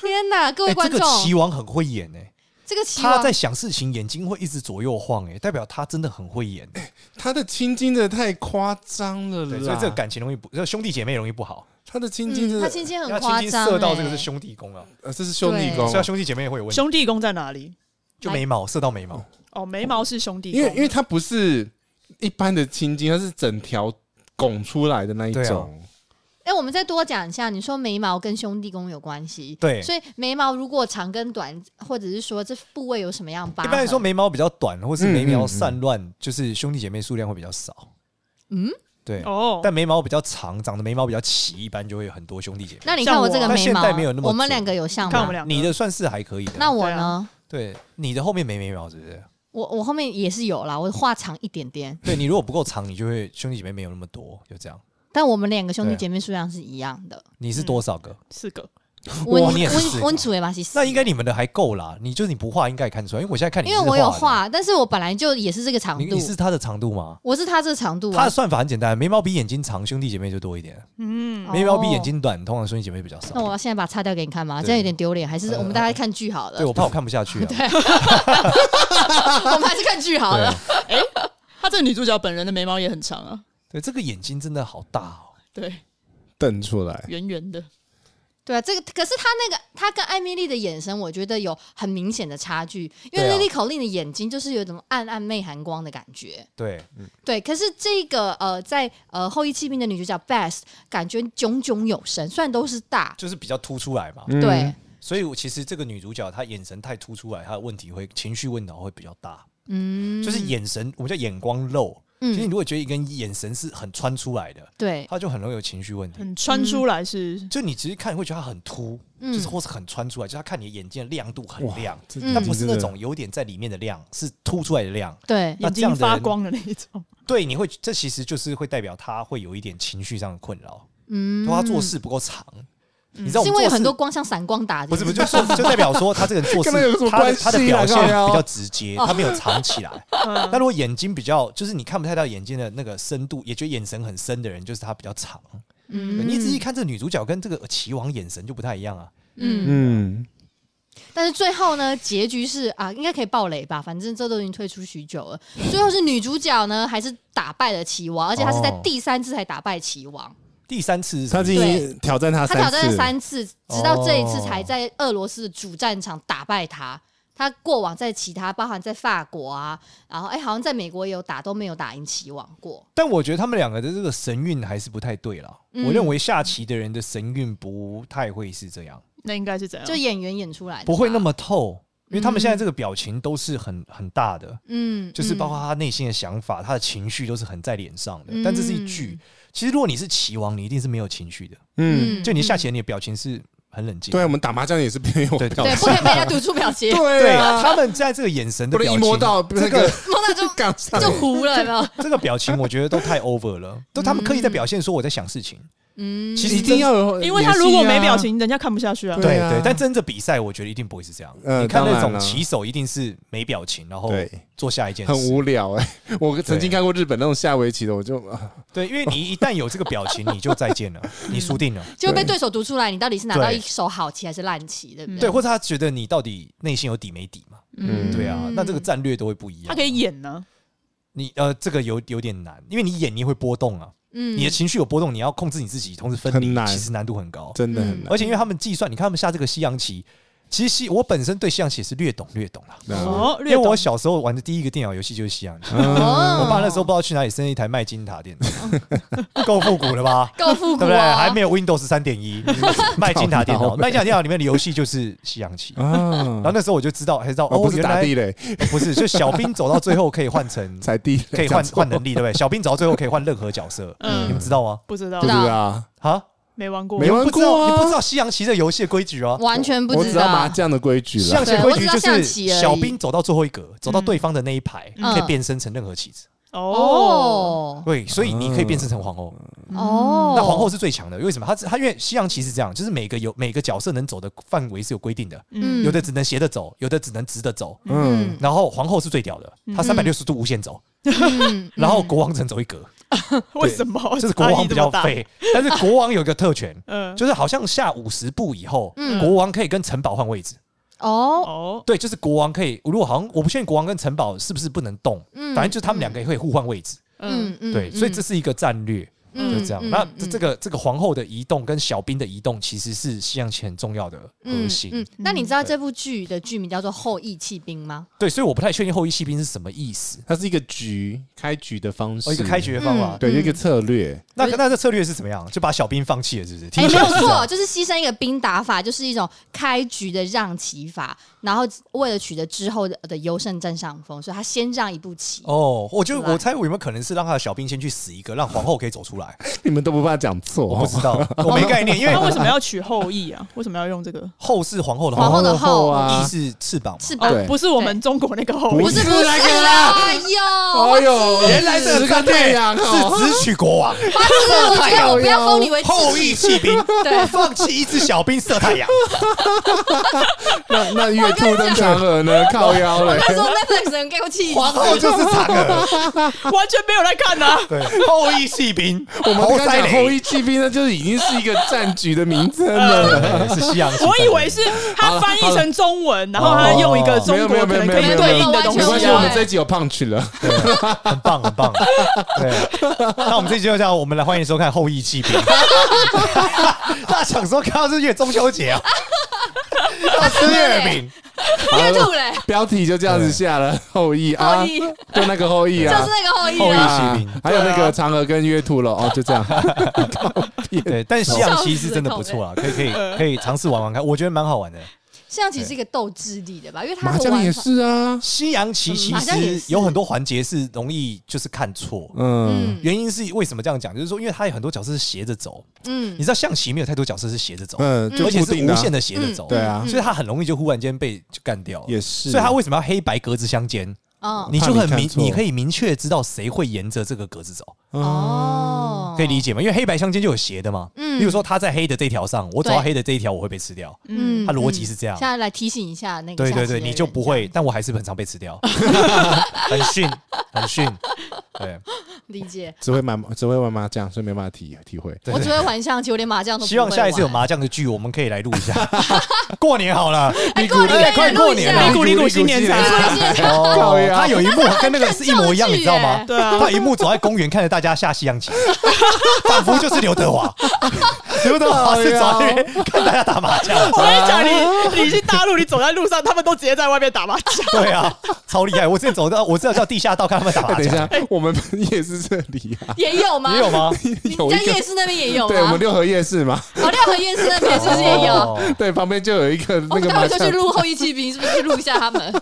[SPEAKER 2] 天哪，各
[SPEAKER 3] 哎
[SPEAKER 2] 位观
[SPEAKER 3] 这
[SPEAKER 2] 众
[SPEAKER 3] 个，棋王很会演哎，
[SPEAKER 2] 这个棋
[SPEAKER 3] 他
[SPEAKER 2] 王
[SPEAKER 3] 在想事情眼睛会一直左右晃哎，代表他真的很会演，哎
[SPEAKER 4] 他的亲近真的太夸张了
[SPEAKER 1] 啊
[SPEAKER 3] 对，
[SPEAKER 4] 啦，
[SPEAKER 3] 所以这个感情容易不，这兄弟姐妹容易不好，
[SPEAKER 4] 他的亲近
[SPEAKER 2] 嗯，
[SPEAKER 4] 真
[SPEAKER 2] 他
[SPEAKER 4] 的，
[SPEAKER 2] 今天
[SPEAKER 3] 他
[SPEAKER 2] 很
[SPEAKER 3] 轻
[SPEAKER 2] 夸
[SPEAKER 3] 轻
[SPEAKER 2] 张、
[SPEAKER 3] 射到这个
[SPEAKER 2] 哎
[SPEAKER 3] 是兄弟宫了，
[SPEAKER 4] 呃，这是兄弟
[SPEAKER 2] 哦
[SPEAKER 4] 宫
[SPEAKER 3] 所以，他兄弟姐妹会有问题，
[SPEAKER 1] 兄弟宫在哪里？
[SPEAKER 3] 就眉毛射到眉毛，
[SPEAKER 1] 哦，眉毛是兄弟宫，
[SPEAKER 4] 因为因为他不是一般的亲近，他是整条拱出来的那一
[SPEAKER 3] 对啊
[SPEAKER 4] 种，
[SPEAKER 2] 哎、我们再多讲一下，你说眉毛跟兄弟宫有关系，
[SPEAKER 3] 对
[SPEAKER 2] 所以眉毛如果长跟短，或者是说这部位有什么样的疤
[SPEAKER 3] 一
[SPEAKER 2] 痕？
[SPEAKER 3] 般来说眉毛比较短或是眉
[SPEAKER 4] 嗯嗯
[SPEAKER 3] 毛
[SPEAKER 4] 嗯
[SPEAKER 3] 散乱，就是兄弟姐妹数量会比较少，
[SPEAKER 2] 嗯，
[SPEAKER 3] 对，
[SPEAKER 1] 哦，
[SPEAKER 3] 但眉毛比较长，长得眉毛比较齐，一般就会有很多兄弟姐妹。
[SPEAKER 2] 那你看我这个
[SPEAKER 1] 像我
[SPEAKER 2] 眉毛，
[SPEAKER 3] 但现在没有那么
[SPEAKER 2] 我们
[SPEAKER 3] 准
[SPEAKER 2] 两个有像
[SPEAKER 1] 看我
[SPEAKER 2] 吗
[SPEAKER 1] 们？两个，
[SPEAKER 3] 你的算是还可以的，
[SPEAKER 2] 那我呢？
[SPEAKER 3] 对啊你的后面没眉毛，是不 是？
[SPEAKER 2] 我我后面也是有啦，我画长一点点，
[SPEAKER 3] 对你如果不够长，你就会兄弟姐妹没有那么多，就这样。
[SPEAKER 2] 但我们两个兄弟
[SPEAKER 3] 对
[SPEAKER 2] 姐妹数量是一样的。
[SPEAKER 3] 你是多少个？
[SPEAKER 2] 嗯
[SPEAKER 1] 四个，
[SPEAKER 2] 温
[SPEAKER 3] 你也是四
[SPEAKER 2] 温
[SPEAKER 3] 个
[SPEAKER 2] 温楚也嘛是四
[SPEAKER 3] 那应该你们的还够啦。你就是你不画应该也看得出来，因为我现在看你
[SPEAKER 2] 因
[SPEAKER 3] 是
[SPEAKER 2] 为
[SPEAKER 3] 画的，
[SPEAKER 2] 我有画，但是我本来就也是这个长
[SPEAKER 3] 你
[SPEAKER 2] 度
[SPEAKER 3] 你，是它的长度吗？
[SPEAKER 2] 我是他这个长度
[SPEAKER 3] 它
[SPEAKER 2] 啊
[SPEAKER 3] 的。算法很简单，眉毛比眼睛长，兄弟姐妹就多一点；
[SPEAKER 1] 嗯，
[SPEAKER 3] 眉毛比
[SPEAKER 2] 哦
[SPEAKER 3] 眼睛短，通常兄弟姐妹比较
[SPEAKER 2] 那我
[SPEAKER 3] 少。
[SPEAKER 2] 要现在把它擦掉给你看吗？
[SPEAKER 3] 对
[SPEAKER 2] 这样有点丢脸，还是我们大家看剧好了
[SPEAKER 3] 对，？我怕我看不下去 啊。
[SPEAKER 2] 我们还是看剧好
[SPEAKER 3] 对
[SPEAKER 2] 了。
[SPEAKER 1] 她这个女主角本人的眉毛也很长啊，
[SPEAKER 3] 对，这个眼睛真的好大哦。
[SPEAKER 1] 对，
[SPEAKER 4] 瞪出来，
[SPEAKER 1] 圆圆的，
[SPEAKER 2] 对啊，这个可是他那个他跟艾米丽的眼神，我觉得有很明显的差距，因
[SPEAKER 3] 对
[SPEAKER 2] 为
[SPEAKER 3] 啊
[SPEAKER 2] Lily 口令的眼睛就是有一种暗暗媚寒光的感觉。
[SPEAKER 3] 对，
[SPEAKER 2] 对，可是这个呃，在呃后裔弃兵的女主角 Best 感觉炯炯有神，虽然都是大，
[SPEAKER 3] 就是比较凸出来嘛。
[SPEAKER 4] 嗯
[SPEAKER 2] 对，
[SPEAKER 3] 所以我其实这个女主角她眼神太突出来，她的问题会情绪问题会比较大，
[SPEAKER 2] 嗯，
[SPEAKER 3] 就是眼神我们叫眼光漏。其实你
[SPEAKER 2] 嗯，
[SPEAKER 3] 如果觉得一个人眼神是很穿出来的，
[SPEAKER 2] 对，
[SPEAKER 3] 她就很容易有情绪问题。
[SPEAKER 1] 很穿出来是
[SPEAKER 3] 就你其实看会觉得她很凸，
[SPEAKER 2] 嗯
[SPEAKER 3] 就是或是很穿出来，就是她看你的眼睛的亮度很
[SPEAKER 4] 哇
[SPEAKER 3] 亮，
[SPEAKER 4] 这
[SPEAKER 2] 嗯
[SPEAKER 3] 但不是
[SPEAKER 4] 真的
[SPEAKER 3] 那种有点在里面的亮，是凸出来的亮。
[SPEAKER 2] 对，
[SPEAKER 3] 那
[SPEAKER 1] 眼
[SPEAKER 3] 这样
[SPEAKER 1] 睛
[SPEAKER 3] 的人
[SPEAKER 1] 发光的那一种，
[SPEAKER 3] 对，你会这其实就是会代表她会有一点情绪上的困扰，
[SPEAKER 2] 嗯，
[SPEAKER 3] 她啊做事不够长。你知道我
[SPEAKER 2] 是因
[SPEAKER 3] 们
[SPEAKER 2] 为有
[SPEAKER 3] 做事
[SPEAKER 2] 很多光像闪光打的，
[SPEAKER 3] 不是不是，就说就代表说他这个人做
[SPEAKER 4] 跟那有什
[SPEAKER 3] 事，
[SPEAKER 4] 么
[SPEAKER 3] 他的
[SPEAKER 4] 关系
[SPEAKER 3] 他的
[SPEAKER 4] 啊
[SPEAKER 3] 表现
[SPEAKER 4] 靠腰
[SPEAKER 3] 比较直接，
[SPEAKER 2] 哦
[SPEAKER 3] 他没有藏起 来。
[SPEAKER 1] 嗯
[SPEAKER 3] 那如果眼睛比较，就是你看不太到眼睛的那个深度，也觉得眼神很深的人，就是他比较长。
[SPEAKER 2] 嗯，
[SPEAKER 3] 你仔细看这个女主角跟这个棋王眼神就不太一样啊。
[SPEAKER 2] 嗯，
[SPEAKER 4] 嗯，
[SPEAKER 2] 但是最后呢，结局是啊，应该可以爆雷吧？反正这都已经推出许久了。最后是女主角呢，还是打败了棋王，而且她是在
[SPEAKER 3] 哦
[SPEAKER 2] 第三次才打败棋王，
[SPEAKER 3] 第三次是什
[SPEAKER 4] 他
[SPEAKER 3] 么
[SPEAKER 4] 已经挑
[SPEAKER 3] 啊
[SPEAKER 4] 战
[SPEAKER 2] 她
[SPEAKER 4] 他三次，
[SPEAKER 2] 挑战了三次，直到这一次才在俄罗斯的主战场打败他。她过往在其他，包含在法国啊，然后哎、好像在美国也有打，都没有打赢棋王过。
[SPEAKER 3] 但我觉得他们两个的这个神韵还是不太对啦。
[SPEAKER 2] 嗯
[SPEAKER 3] 我认为下棋的人的神韵不太会是这
[SPEAKER 2] 嗯
[SPEAKER 3] 样，
[SPEAKER 1] 那应该是怎样？
[SPEAKER 2] 就演员演出来的吧
[SPEAKER 3] 哦不会那么透，因为他们现在这个表情都是很很大的。
[SPEAKER 2] 嗯，
[SPEAKER 3] 就是包
[SPEAKER 2] 嗯
[SPEAKER 3] 括他内心的想法、他的情绪都是很在脸上的。
[SPEAKER 2] 嗯
[SPEAKER 3] 但这是一剧，其实如果你是棋王，你一定是没有情绪的，
[SPEAKER 4] 嗯，
[SPEAKER 2] 嗯
[SPEAKER 3] 就你下棋，你的表情是很冷静。
[SPEAKER 4] 对啊我们打麻将也是边有
[SPEAKER 3] 对
[SPEAKER 4] 表
[SPEAKER 2] 对，
[SPEAKER 4] 情，
[SPEAKER 2] 不可以被人家读出表情，
[SPEAKER 4] 对
[SPEAKER 3] 对，
[SPEAKER 4] 啊，
[SPEAKER 3] 他们在这个眼神的
[SPEAKER 4] 不
[SPEAKER 3] 表
[SPEAKER 4] 能一
[SPEAKER 3] 情，
[SPEAKER 4] 摸到那
[SPEAKER 3] 这
[SPEAKER 4] 个
[SPEAKER 3] 个
[SPEAKER 2] 摸到就
[SPEAKER 4] 杠上，
[SPEAKER 2] 就糊了，有没有？
[SPEAKER 3] 这个表情，我觉得都太 over 了，都他们刻意在表现说我在想事情。
[SPEAKER 2] 嗯，
[SPEAKER 3] 其实
[SPEAKER 4] 一定要
[SPEAKER 3] 呃
[SPEAKER 4] 有，啊
[SPEAKER 1] 因为他如果没表，情，人家看不下去啊
[SPEAKER 4] 对。
[SPEAKER 3] 对
[SPEAKER 4] 啊
[SPEAKER 3] 对，但真的比赛，我觉得一定不会是这样。
[SPEAKER 4] 呃
[SPEAKER 3] 你看那
[SPEAKER 4] 当然
[SPEAKER 3] 种
[SPEAKER 4] 了
[SPEAKER 3] 棋手，一定是没表情，然后
[SPEAKER 4] 对
[SPEAKER 3] 做下一件
[SPEAKER 4] 很
[SPEAKER 3] 事。
[SPEAKER 4] 无聊哎、我曾经看过日本那种下围棋的，我就啊
[SPEAKER 3] 对，因为你一旦有这个表情，你就再见了， 你输定了。
[SPEAKER 1] 嗯
[SPEAKER 2] 就会被对手读出来，你到底是拿到
[SPEAKER 3] 对
[SPEAKER 2] 一手好棋还是烂棋，对不
[SPEAKER 3] 对，？或者他觉得你到底内心有底没底嘛？
[SPEAKER 4] 嗯
[SPEAKER 3] 对啊，那这个战略都会不一样。
[SPEAKER 1] 她可以演呢，
[SPEAKER 3] 你呃，这个有有点难，因为你眼睛会波动啊，
[SPEAKER 2] 嗯
[SPEAKER 3] 你的情绪有波动，你要控制你自己，同时分
[SPEAKER 4] 很
[SPEAKER 3] 离
[SPEAKER 4] 难，
[SPEAKER 3] 其实难度很高。
[SPEAKER 4] 真的很难
[SPEAKER 3] 而且因为他们计算，你看他们下这个西洋棋，其实西我本身对西洋棋也是略懂略懂啦，
[SPEAKER 4] 啊。
[SPEAKER 1] 哦，
[SPEAKER 3] 因
[SPEAKER 1] 略
[SPEAKER 3] 为我
[SPEAKER 1] 懂
[SPEAKER 3] 小时候玩的第一个电脑游戏就是西洋棋，
[SPEAKER 4] 嗯
[SPEAKER 2] 哦
[SPEAKER 3] 我爸那时候不知道去哪里生了一台麦金塔电脑， 够复古了吧？
[SPEAKER 2] 够复
[SPEAKER 3] 对
[SPEAKER 2] 古
[SPEAKER 3] 不对？
[SPEAKER 2] 哦，
[SPEAKER 3] 还没有 Windows 三点 一，麦金塔电脑，麦金塔电脑里面的游戏就是西洋棋。
[SPEAKER 4] 啊
[SPEAKER 3] 然后那时候我就知道，还知道
[SPEAKER 4] 哦，
[SPEAKER 3] 哦
[SPEAKER 4] 不，是
[SPEAKER 3] 原
[SPEAKER 4] 打
[SPEAKER 3] 来
[SPEAKER 4] 地雷，
[SPEAKER 3] 不是，就小兵走到最后可以换 成
[SPEAKER 4] 踩地雷，
[SPEAKER 3] 可以换
[SPEAKER 4] 讲错
[SPEAKER 3] 换能力，对不对？小兵走到最后可以换任何角色，
[SPEAKER 1] 嗯
[SPEAKER 3] 你们知道吗？
[SPEAKER 1] 不知道
[SPEAKER 4] 不知，道啊，
[SPEAKER 3] 啊，
[SPEAKER 1] 没玩过，
[SPEAKER 4] 没玩
[SPEAKER 3] 不知
[SPEAKER 4] 过
[SPEAKER 3] 道
[SPEAKER 4] 啊
[SPEAKER 3] 你不知道西洋棋这个游戏的规矩啊？
[SPEAKER 2] 完全不
[SPEAKER 4] 我只
[SPEAKER 2] 知
[SPEAKER 4] 知道麻将的规矩
[SPEAKER 3] 西
[SPEAKER 4] 了
[SPEAKER 3] 洋。棋的
[SPEAKER 2] 对
[SPEAKER 3] 规
[SPEAKER 2] 我
[SPEAKER 3] 矩
[SPEAKER 2] 知道
[SPEAKER 3] 就
[SPEAKER 2] 象棋而
[SPEAKER 3] 是
[SPEAKER 2] 已嗯
[SPEAKER 3] 小兵走到最后一格，走到对方的那一排
[SPEAKER 1] 嗯
[SPEAKER 3] 可以变身成任何棋子，
[SPEAKER 1] 哦，
[SPEAKER 2] 哦
[SPEAKER 3] 对，所以你可以变身成皇后。
[SPEAKER 2] 哦，
[SPEAKER 3] 那皇后是最强的，为什么？她是她因为西洋棋是这样，就是每个有每个角色能走的范围是有规定的，
[SPEAKER 2] 嗯
[SPEAKER 3] 有的只能斜着走，有的只能直的走。
[SPEAKER 4] 嗯，
[SPEAKER 3] 然后皇后是最屌的，她三百六十度无限走，
[SPEAKER 2] 嗯哦
[SPEAKER 3] 然后国王只能走一格，
[SPEAKER 1] 为什么？
[SPEAKER 3] 就是国王比较废，但是国王有一个特权，
[SPEAKER 1] 嗯，
[SPEAKER 3] 就是好像下五十步以后，
[SPEAKER 2] 嗯
[SPEAKER 3] 国王可以跟城堡换位置。
[SPEAKER 2] 哦，
[SPEAKER 1] 哦，
[SPEAKER 3] 对，就是国王可以，如果好像我不确定国王跟城堡是不是不能动，
[SPEAKER 2] 嗯
[SPEAKER 3] 反正就是他们两个也会互换位置。
[SPEAKER 1] 嗯，
[SPEAKER 2] 嗯
[SPEAKER 3] 对，所以这是一个战略，就是这样。那这这
[SPEAKER 2] 个
[SPEAKER 3] 个这个皇后的移动跟小兵的移动，其实是西洋棋很重要的核心。
[SPEAKER 2] 嗯那你知道这部剧的剧名叫做《后羿弃兵》吗？
[SPEAKER 3] 对，所以我不太确定后羿弃兵是什么意思，
[SPEAKER 4] 它是一个局开局的方式，
[SPEAKER 3] 哦，一个开局的方法。哎
[SPEAKER 2] 嗯
[SPEAKER 4] 对，有一个策略，
[SPEAKER 3] 那那这策略是怎么样？就把小兵放弃了，是不是？
[SPEAKER 2] 哎，
[SPEAKER 3] 听起
[SPEAKER 2] 没
[SPEAKER 3] 来
[SPEAKER 2] 有
[SPEAKER 3] 是这
[SPEAKER 2] 错，
[SPEAKER 3] 样，
[SPEAKER 2] 就是牺牲一个兵打法，就是一种开局的让棋法，然后为了取得之后的呃的优胜占上风，所以他先让一步棋。
[SPEAKER 3] 哦，我就
[SPEAKER 2] 对吧
[SPEAKER 3] 我猜我有没有可能是让他的小兵先去死一个，让皇后可以走 出来？
[SPEAKER 4] 你们都哦不怕讲
[SPEAKER 3] 我
[SPEAKER 4] 错
[SPEAKER 3] 不，知道，我没概念，因为
[SPEAKER 1] 那为什么要取后羿啊？为什么要用这个？
[SPEAKER 3] 后是皇后的
[SPEAKER 2] 皇后的后
[SPEAKER 4] 啊
[SPEAKER 3] 羿，是翅膀嘛，
[SPEAKER 2] 翅膀
[SPEAKER 1] 哦
[SPEAKER 4] 对，
[SPEAKER 1] 不是我们中国那个后
[SPEAKER 4] 不
[SPEAKER 1] 羿
[SPEAKER 2] 不，是不是
[SPEAKER 4] 那个
[SPEAKER 2] 啦，哎呦，
[SPEAKER 4] 哎呦，
[SPEAKER 3] 原来这
[SPEAKER 4] 十
[SPEAKER 3] 哦个啊
[SPEAKER 4] 个
[SPEAKER 3] 战
[SPEAKER 4] 太
[SPEAKER 3] 略
[SPEAKER 4] 阳哦，
[SPEAKER 3] 是只取国 王，
[SPEAKER 2] 八字，我觉得我不要封你为
[SPEAKER 3] 后羿弃兵，
[SPEAKER 2] 对
[SPEAKER 3] 放弃一只小兵 射太阳。
[SPEAKER 4] 那那月兔跟嫦娥呢？靠腰嘞，
[SPEAKER 2] 那时候 Netflix 人给我气死。
[SPEAKER 3] 皇后就是嫦娥，
[SPEAKER 1] 完全没有来看啊呐。
[SPEAKER 3] 对，后羿弃兵，
[SPEAKER 4] 我们刚
[SPEAKER 3] 塞
[SPEAKER 4] 讲
[SPEAKER 3] 雷啊
[SPEAKER 4] 后羿弃兵，那就是已经是一个战局的名称了。
[SPEAKER 3] 对是西洋 棋，
[SPEAKER 1] 我以为是他翻译成中文，然后他用一个中国可能可以对应的东
[SPEAKER 4] 没关系，
[SPEAKER 1] 西
[SPEAKER 4] 我们
[SPEAKER 1] 啊。
[SPEAKER 4] 这一集有 punch 了。
[SPEAKER 3] 很棒很棒。对，那我们这期就这样，我们来欢迎收看《后羿弃兵》。 大家想说看到是月中秋 节啊，要吃月饼，
[SPEAKER 2] 月兔嘞，
[SPEAKER 4] 标题就这样子下了，后羿啊
[SPEAKER 2] 后羿，
[SPEAKER 4] 就那个后羿
[SPEAKER 2] 就
[SPEAKER 4] 啊
[SPEAKER 2] 是，那个后羿
[SPEAKER 3] 后羿
[SPEAKER 2] 啊，
[SPEAKER 3] 骑
[SPEAKER 4] 啊
[SPEAKER 3] 兵，
[SPEAKER 4] 还有那个嫦娥跟月兔了，哦，就这样。
[SPEAKER 3] 对，但西洋棋是真的不错啊，可以可以可以尝试玩玩看，我觉得蛮好玩的。
[SPEAKER 2] 象棋是一个斗智力的吧，因为他
[SPEAKER 4] 麻
[SPEAKER 2] 的
[SPEAKER 4] 将也
[SPEAKER 2] 玩法，
[SPEAKER 4] 是啊，
[SPEAKER 3] 西洋棋其
[SPEAKER 2] 好像也
[SPEAKER 3] 实
[SPEAKER 2] 是
[SPEAKER 3] 有很多环节是容易就是看错，
[SPEAKER 4] 嗯，
[SPEAKER 2] 嗯
[SPEAKER 3] 原因是为什么这样讲？就是说，因为它有很多角色是斜着走，你
[SPEAKER 2] 嗯
[SPEAKER 3] 知道象棋没有太多角色是斜着走，
[SPEAKER 4] 嗯，就
[SPEAKER 3] 而且
[SPEAKER 4] 固
[SPEAKER 3] 是
[SPEAKER 4] 定的
[SPEAKER 3] 无
[SPEAKER 4] 啊，
[SPEAKER 3] 限的斜着走，
[SPEAKER 4] 嗯对啊
[SPEAKER 3] 所以它很容易就忽然间被就干掉了。
[SPEAKER 4] 也是。
[SPEAKER 3] 所以它为什么要黑白格子相间？
[SPEAKER 2] 哦
[SPEAKER 3] 你就很明
[SPEAKER 4] 怕你看，错
[SPEAKER 3] 你可以明确知道谁会沿着这个格子走，
[SPEAKER 2] 哦，
[SPEAKER 3] 可以理解吗？因为黑白相间就有斜的嘛。
[SPEAKER 2] 嗯
[SPEAKER 3] 例如说，他在黑的这条上，我走
[SPEAKER 2] 对
[SPEAKER 3] 到黑的这一条，我会被吃掉。
[SPEAKER 1] 嗯，
[SPEAKER 3] 它逻辑是这样
[SPEAKER 2] 现在来提醒一下那个
[SPEAKER 3] 对
[SPEAKER 2] 象棋
[SPEAKER 3] 对
[SPEAKER 2] 的
[SPEAKER 3] 对，
[SPEAKER 2] 人
[SPEAKER 3] 你就不会，但我还是很常被吃 掉，很逊，很逊。 对，
[SPEAKER 2] 理解。
[SPEAKER 4] 只会玩只会玩麻将，所以没办法体体会。
[SPEAKER 3] 对
[SPEAKER 2] 我只会玩象棋，我连麻将都不会
[SPEAKER 3] 希望下一次有
[SPEAKER 2] 玩
[SPEAKER 3] 麻将的剧，我们可以来录 一下。过年好了，
[SPEAKER 2] 哎过年
[SPEAKER 3] 哎快
[SPEAKER 2] 也录
[SPEAKER 3] 过
[SPEAKER 2] 一
[SPEAKER 3] 年
[SPEAKER 2] 下
[SPEAKER 3] 了
[SPEAKER 1] 利，古利古新年
[SPEAKER 4] 利
[SPEAKER 1] 财
[SPEAKER 4] 古利古新
[SPEAKER 1] 神，
[SPEAKER 2] 谢谢
[SPEAKER 3] 哦
[SPEAKER 4] 靠，腰
[SPEAKER 3] 他有一幕跟那个是一模一样，你知道吗？
[SPEAKER 1] 对啊
[SPEAKER 3] 他有一幕走在公园看着大家下西洋棋，仿佛就是刘德 华。刘德华是走在那边看大家打麻将，
[SPEAKER 1] 我跟你讲，
[SPEAKER 4] 啊
[SPEAKER 1] 你你去大陆，你走在路上，他们都直接在外面打麻将。
[SPEAKER 3] 对啊，超厉害！我之前走到，我知道叫地下道看他们打
[SPEAKER 4] 哎，
[SPEAKER 3] 麻
[SPEAKER 4] 等一
[SPEAKER 3] 将，
[SPEAKER 4] 下，我们夜市这里 啊，
[SPEAKER 2] 也有吗？
[SPEAKER 3] 也有？吗？
[SPEAKER 4] 有
[SPEAKER 2] 在
[SPEAKER 4] 一个
[SPEAKER 2] 夜，市那边也有吗？啊
[SPEAKER 4] 对我们六合夜市嘛，
[SPEAKER 2] 哦，六合夜市那边是不是也有？哦
[SPEAKER 3] 哦
[SPEAKER 4] 对，旁边就有一个
[SPEAKER 2] 我
[SPEAKER 4] 那
[SPEAKER 2] 们
[SPEAKER 4] 个
[SPEAKER 2] 待
[SPEAKER 4] 麻
[SPEAKER 2] 会就
[SPEAKER 4] 将，
[SPEAKER 2] 去录后羿骑兵，是不是去录一下他们？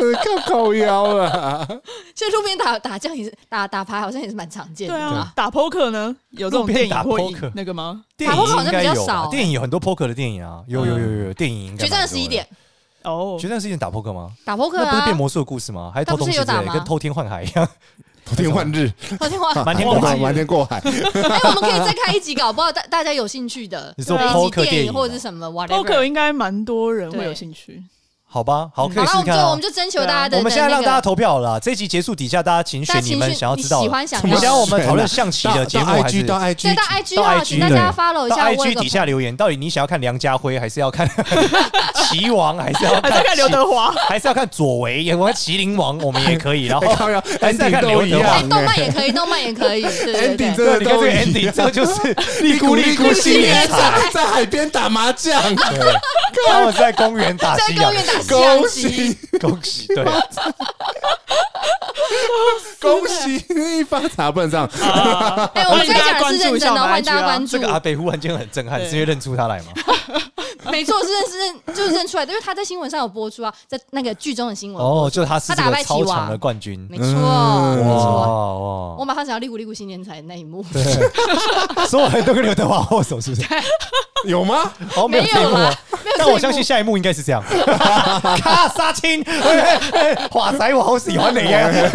[SPEAKER 4] 真的靠 靠腰了。
[SPEAKER 2] 现在路边打打将也是打打牌，好像也是蛮常见 的
[SPEAKER 1] 对
[SPEAKER 2] 吧。
[SPEAKER 1] 啊，打 poker 呢，有这种
[SPEAKER 3] 路边
[SPEAKER 1] 电影
[SPEAKER 3] 打
[SPEAKER 1] 或
[SPEAKER 3] poker
[SPEAKER 1] 那个吗？
[SPEAKER 3] 电
[SPEAKER 2] 打
[SPEAKER 3] 影
[SPEAKER 2] poker 好
[SPEAKER 3] 应
[SPEAKER 2] 像
[SPEAKER 3] 该
[SPEAKER 2] 比较
[SPEAKER 3] 有
[SPEAKER 2] 少
[SPEAKER 3] 吧
[SPEAKER 2] 哎？
[SPEAKER 3] 电影有很多 poker 的电影啊，有有有
[SPEAKER 4] 嗯
[SPEAKER 3] 有有电影应该
[SPEAKER 2] 决
[SPEAKER 3] 蛮多的。
[SPEAKER 2] 战十一点
[SPEAKER 1] 哦，
[SPEAKER 3] 决战十一点打 poker 吗？
[SPEAKER 2] 打扑克
[SPEAKER 3] 那不是
[SPEAKER 2] 啊
[SPEAKER 3] 变，魔术的故事吗？还是偷东西之
[SPEAKER 2] 那不是有打
[SPEAKER 3] 类的，
[SPEAKER 2] 吗
[SPEAKER 3] 跟偷天换海一样。
[SPEAKER 4] 偷天换日，
[SPEAKER 2] 打电话。
[SPEAKER 3] 瞒天
[SPEAKER 1] 过
[SPEAKER 3] 过
[SPEAKER 1] 海
[SPEAKER 3] 海。
[SPEAKER 4] 瞒天过海，
[SPEAKER 2] 哎，我们可以再开一集，搞不好大 大家有兴趣的，
[SPEAKER 3] 你说
[SPEAKER 2] 对啊
[SPEAKER 3] poker
[SPEAKER 2] 一集电
[SPEAKER 3] 电影
[SPEAKER 2] 影
[SPEAKER 3] 哦
[SPEAKER 2] 或者是什么
[SPEAKER 1] poker
[SPEAKER 2] whatever。
[SPEAKER 1] 应该蛮多人会有兴趣。
[SPEAKER 3] 好吧，好，
[SPEAKER 2] 好
[SPEAKER 3] 可以
[SPEAKER 2] 了，
[SPEAKER 3] 试
[SPEAKER 2] 我们
[SPEAKER 3] 试
[SPEAKER 2] 就
[SPEAKER 3] 看
[SPEAKER 2] 我
[SPEAKER 3] 啊
[SPEAKER 2] 们。就征求大家的
[SPEAKER 3] 我们现在
[SPEAKER 2] 的那
[SPEAKER 3] 让
[SPEAKER 2] 个
[SPEAKER 3] 大家投票了啦，这一集结束底下大家请
[SPEAKER 2] 大家
[SPEAKER 3] 选
[SPEAKER 2] 情绪
[SPEAKER 3] 你们想要知道
[SPEAKER 2] 你喜
[SPEAKER 3] 的，
[SPEAKER 2] 欢想
[SPEAKER 3] 你
[SPEAKER 2] 要
[SPEAKER 3] 想要我们讨论象棋的节目还是
[SPEAKER 4] IG 到 IG
[SPEAKER 2] 对到 IG 号，
[SPEAKER 3] 到
[SPEAKER 2] 请大家
[SPEAKER 3] 对
[SPEAKER 2] follow 一
[SPEAKER 3] 到
[SPEAKER 2] 下我有
[SPEAKER 3] IG
[SPEAKER 2] 个
[SPEAKER 3] 底下留言？到底你想要看梁家辉，还是要 看棋王，还是要
[SPEAKER 1] 还在看刘
[SPEAKER 3] 棋
[SPEAKER 1] 德 华，
[SPEAKER 3] 还是要看左为？我们麒麟王我们也可以，然后
[SPEAKER 4] 哎靠腰
[SPEAKER 3] 还是要看
[SPEAKER 4] Andy
[SPEAKER 3] 刘
[SPEAKER 4] 都一
[SPEAKER 3] 德
[SPEAKER 4] 样
[SPEAKER 3] 华
[SPEAKER 2] 哎。动漫也可以，动漫也可以，对对
[SPEAKER 4] Andy
[SPEAKER 2] 对。
[SPEAKER 3] 对，你看这
[SPEAKER 4] 真的都
[SPEAKER 3] 个
[SPEAKER 4] 一样
[SPEAKER 3] ending，这 就是利
[SPEAKER 4] 咕
[SPEAKER 3] 咕
[SPEAKER 4] 利
[SPEAKER 3] 利
[SPEAKER 4] 咕
[SPEAKER 3] 咕
[SPEAKER 4] 新
[SPEAKER 3] 新
[SPEAKER 4] 年
[SPEAKER 3] 年财。
[SPEAKER 4] 在海边打麻 将，
[SPEAKER 3] 对，他们在公园打
[SPEAKER 2] 在
[SPEAKER 3] 西
[SPEAKER 2] 公
[SPEAKER 3] 洋
[SPEAKER 2] 园 打
[SPEAKER 3] 棋，啊
[SPEAKER 2] 象
[SPEAKER 4] 恭
[SPEAKER 2] 棋，
[SPEAKER 4] 喜
[SPEAKER 3] 恭喜！对，
[SPEAKER 4] 恭喜你发财，不能这 样。
[SPEAKER 2] 哎，我们现在讲的是认真的，欢迎大家关注
[SPEAKER 3] 啊这。个阿北忽然间很震撼，
[SPEAKER 1] 对
[SPEAKER 3] 是因为认出他来 吗？
[SPEAKER 2] 没错，是认是认，就是认出来的，因为他在新闻上有播出啊，在那个剧中的新闻。
[SPEAKER 3] 哦，就是他是这
[SPEAKER 2] 他打
[SPEAKER 3] 个
[SPEAKER 2] 败
[SPEAKER 3] 超
[SPEAKER 2] 棋王
[SPEAKER 3] 强的冠军，
[SPEAKER 2] 没错，
[SPEAKER 4] 嗯
[SPEAKER 2] 没错。
[SPEAKER 3] 哇
[SPEAKER 2] 我马上想要利古利古新年彩那一幕，
[SPEAKER 3] 对，所有人都跟刘德华握手，是不是？
[SPEAKER 4] 有吗？
[SPEAKER 3] 哦，没
[SPEAKER 2] 没
[SPEAKER 3] 有这一
[SPEAKER 2] 有
[SPEAKER 3] 幕
[SPEAKER 2] 啦
[SPEAKER 3] 啊，，
[SPEAKER 2] 没有
[SPEAKER 3] 但
[SPEAKER 2] 这一
[SPEAKER 3] 我相信
[SPEAKER 2] 幕
[SPEAKER 3] 下一幕应该是这 样，咔杀 青，嘿嘿嘿华仔我好喜欢你啊耶！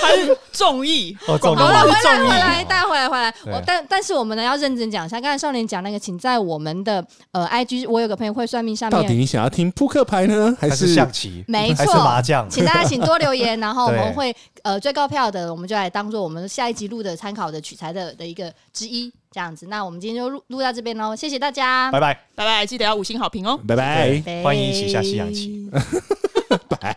[SPEAKER 1] 还是综艺
[SPEAKER 3] 哦，
[SPEAKER 1] 广告
[SPEAKER 2] 好
[SPEAKER 1] 是
[SPEAKER 2] 了，回来
[SPEAKER 1] 综
[SPEAKER 2] 回
[SPEAKER 1] 艺，
[SPEAKER 2] 来，大家回来回来。
[SPEAKER 4] 对
[SPEAKER 2] 我但但是我们呢要认真讲一下，刚才少年讲那个，请在我们的呃 IG，我有个朋友会算命，上
[SPEAKER 4] 到底
[SPEAKER 2] 面
[SPEAKER 4] 你想要听扑克牌呢，还
[SPEAKER 3] 还是
[SPEAKER 4] 是
[SPEAKER 3] 象棋，
[SPEAKER 2] 没
[SPEAKER 3] 还是
[SPEAKER 2] 错
[SPEAKER 3] 麻将，
[SPEAKER 2] 请大家请多留言，然后我
[SPEAKER 3] 对
[SPEAKER 2] 们会呃最高票的，我们就来当做我们下一集录的参考的取材的的一个之一，这样子。那我们今天就录录到这边喽，谢谢大家，
[SPEAKER 3] 拜拜。哎
[SPEAKER 1] 拜拜，记得要五星好评哦。
[SPEAKER 4] 拜拜
[SPEAKER 3] 欢迎一起下西洋棋。
[SPEAKER 4] 拜。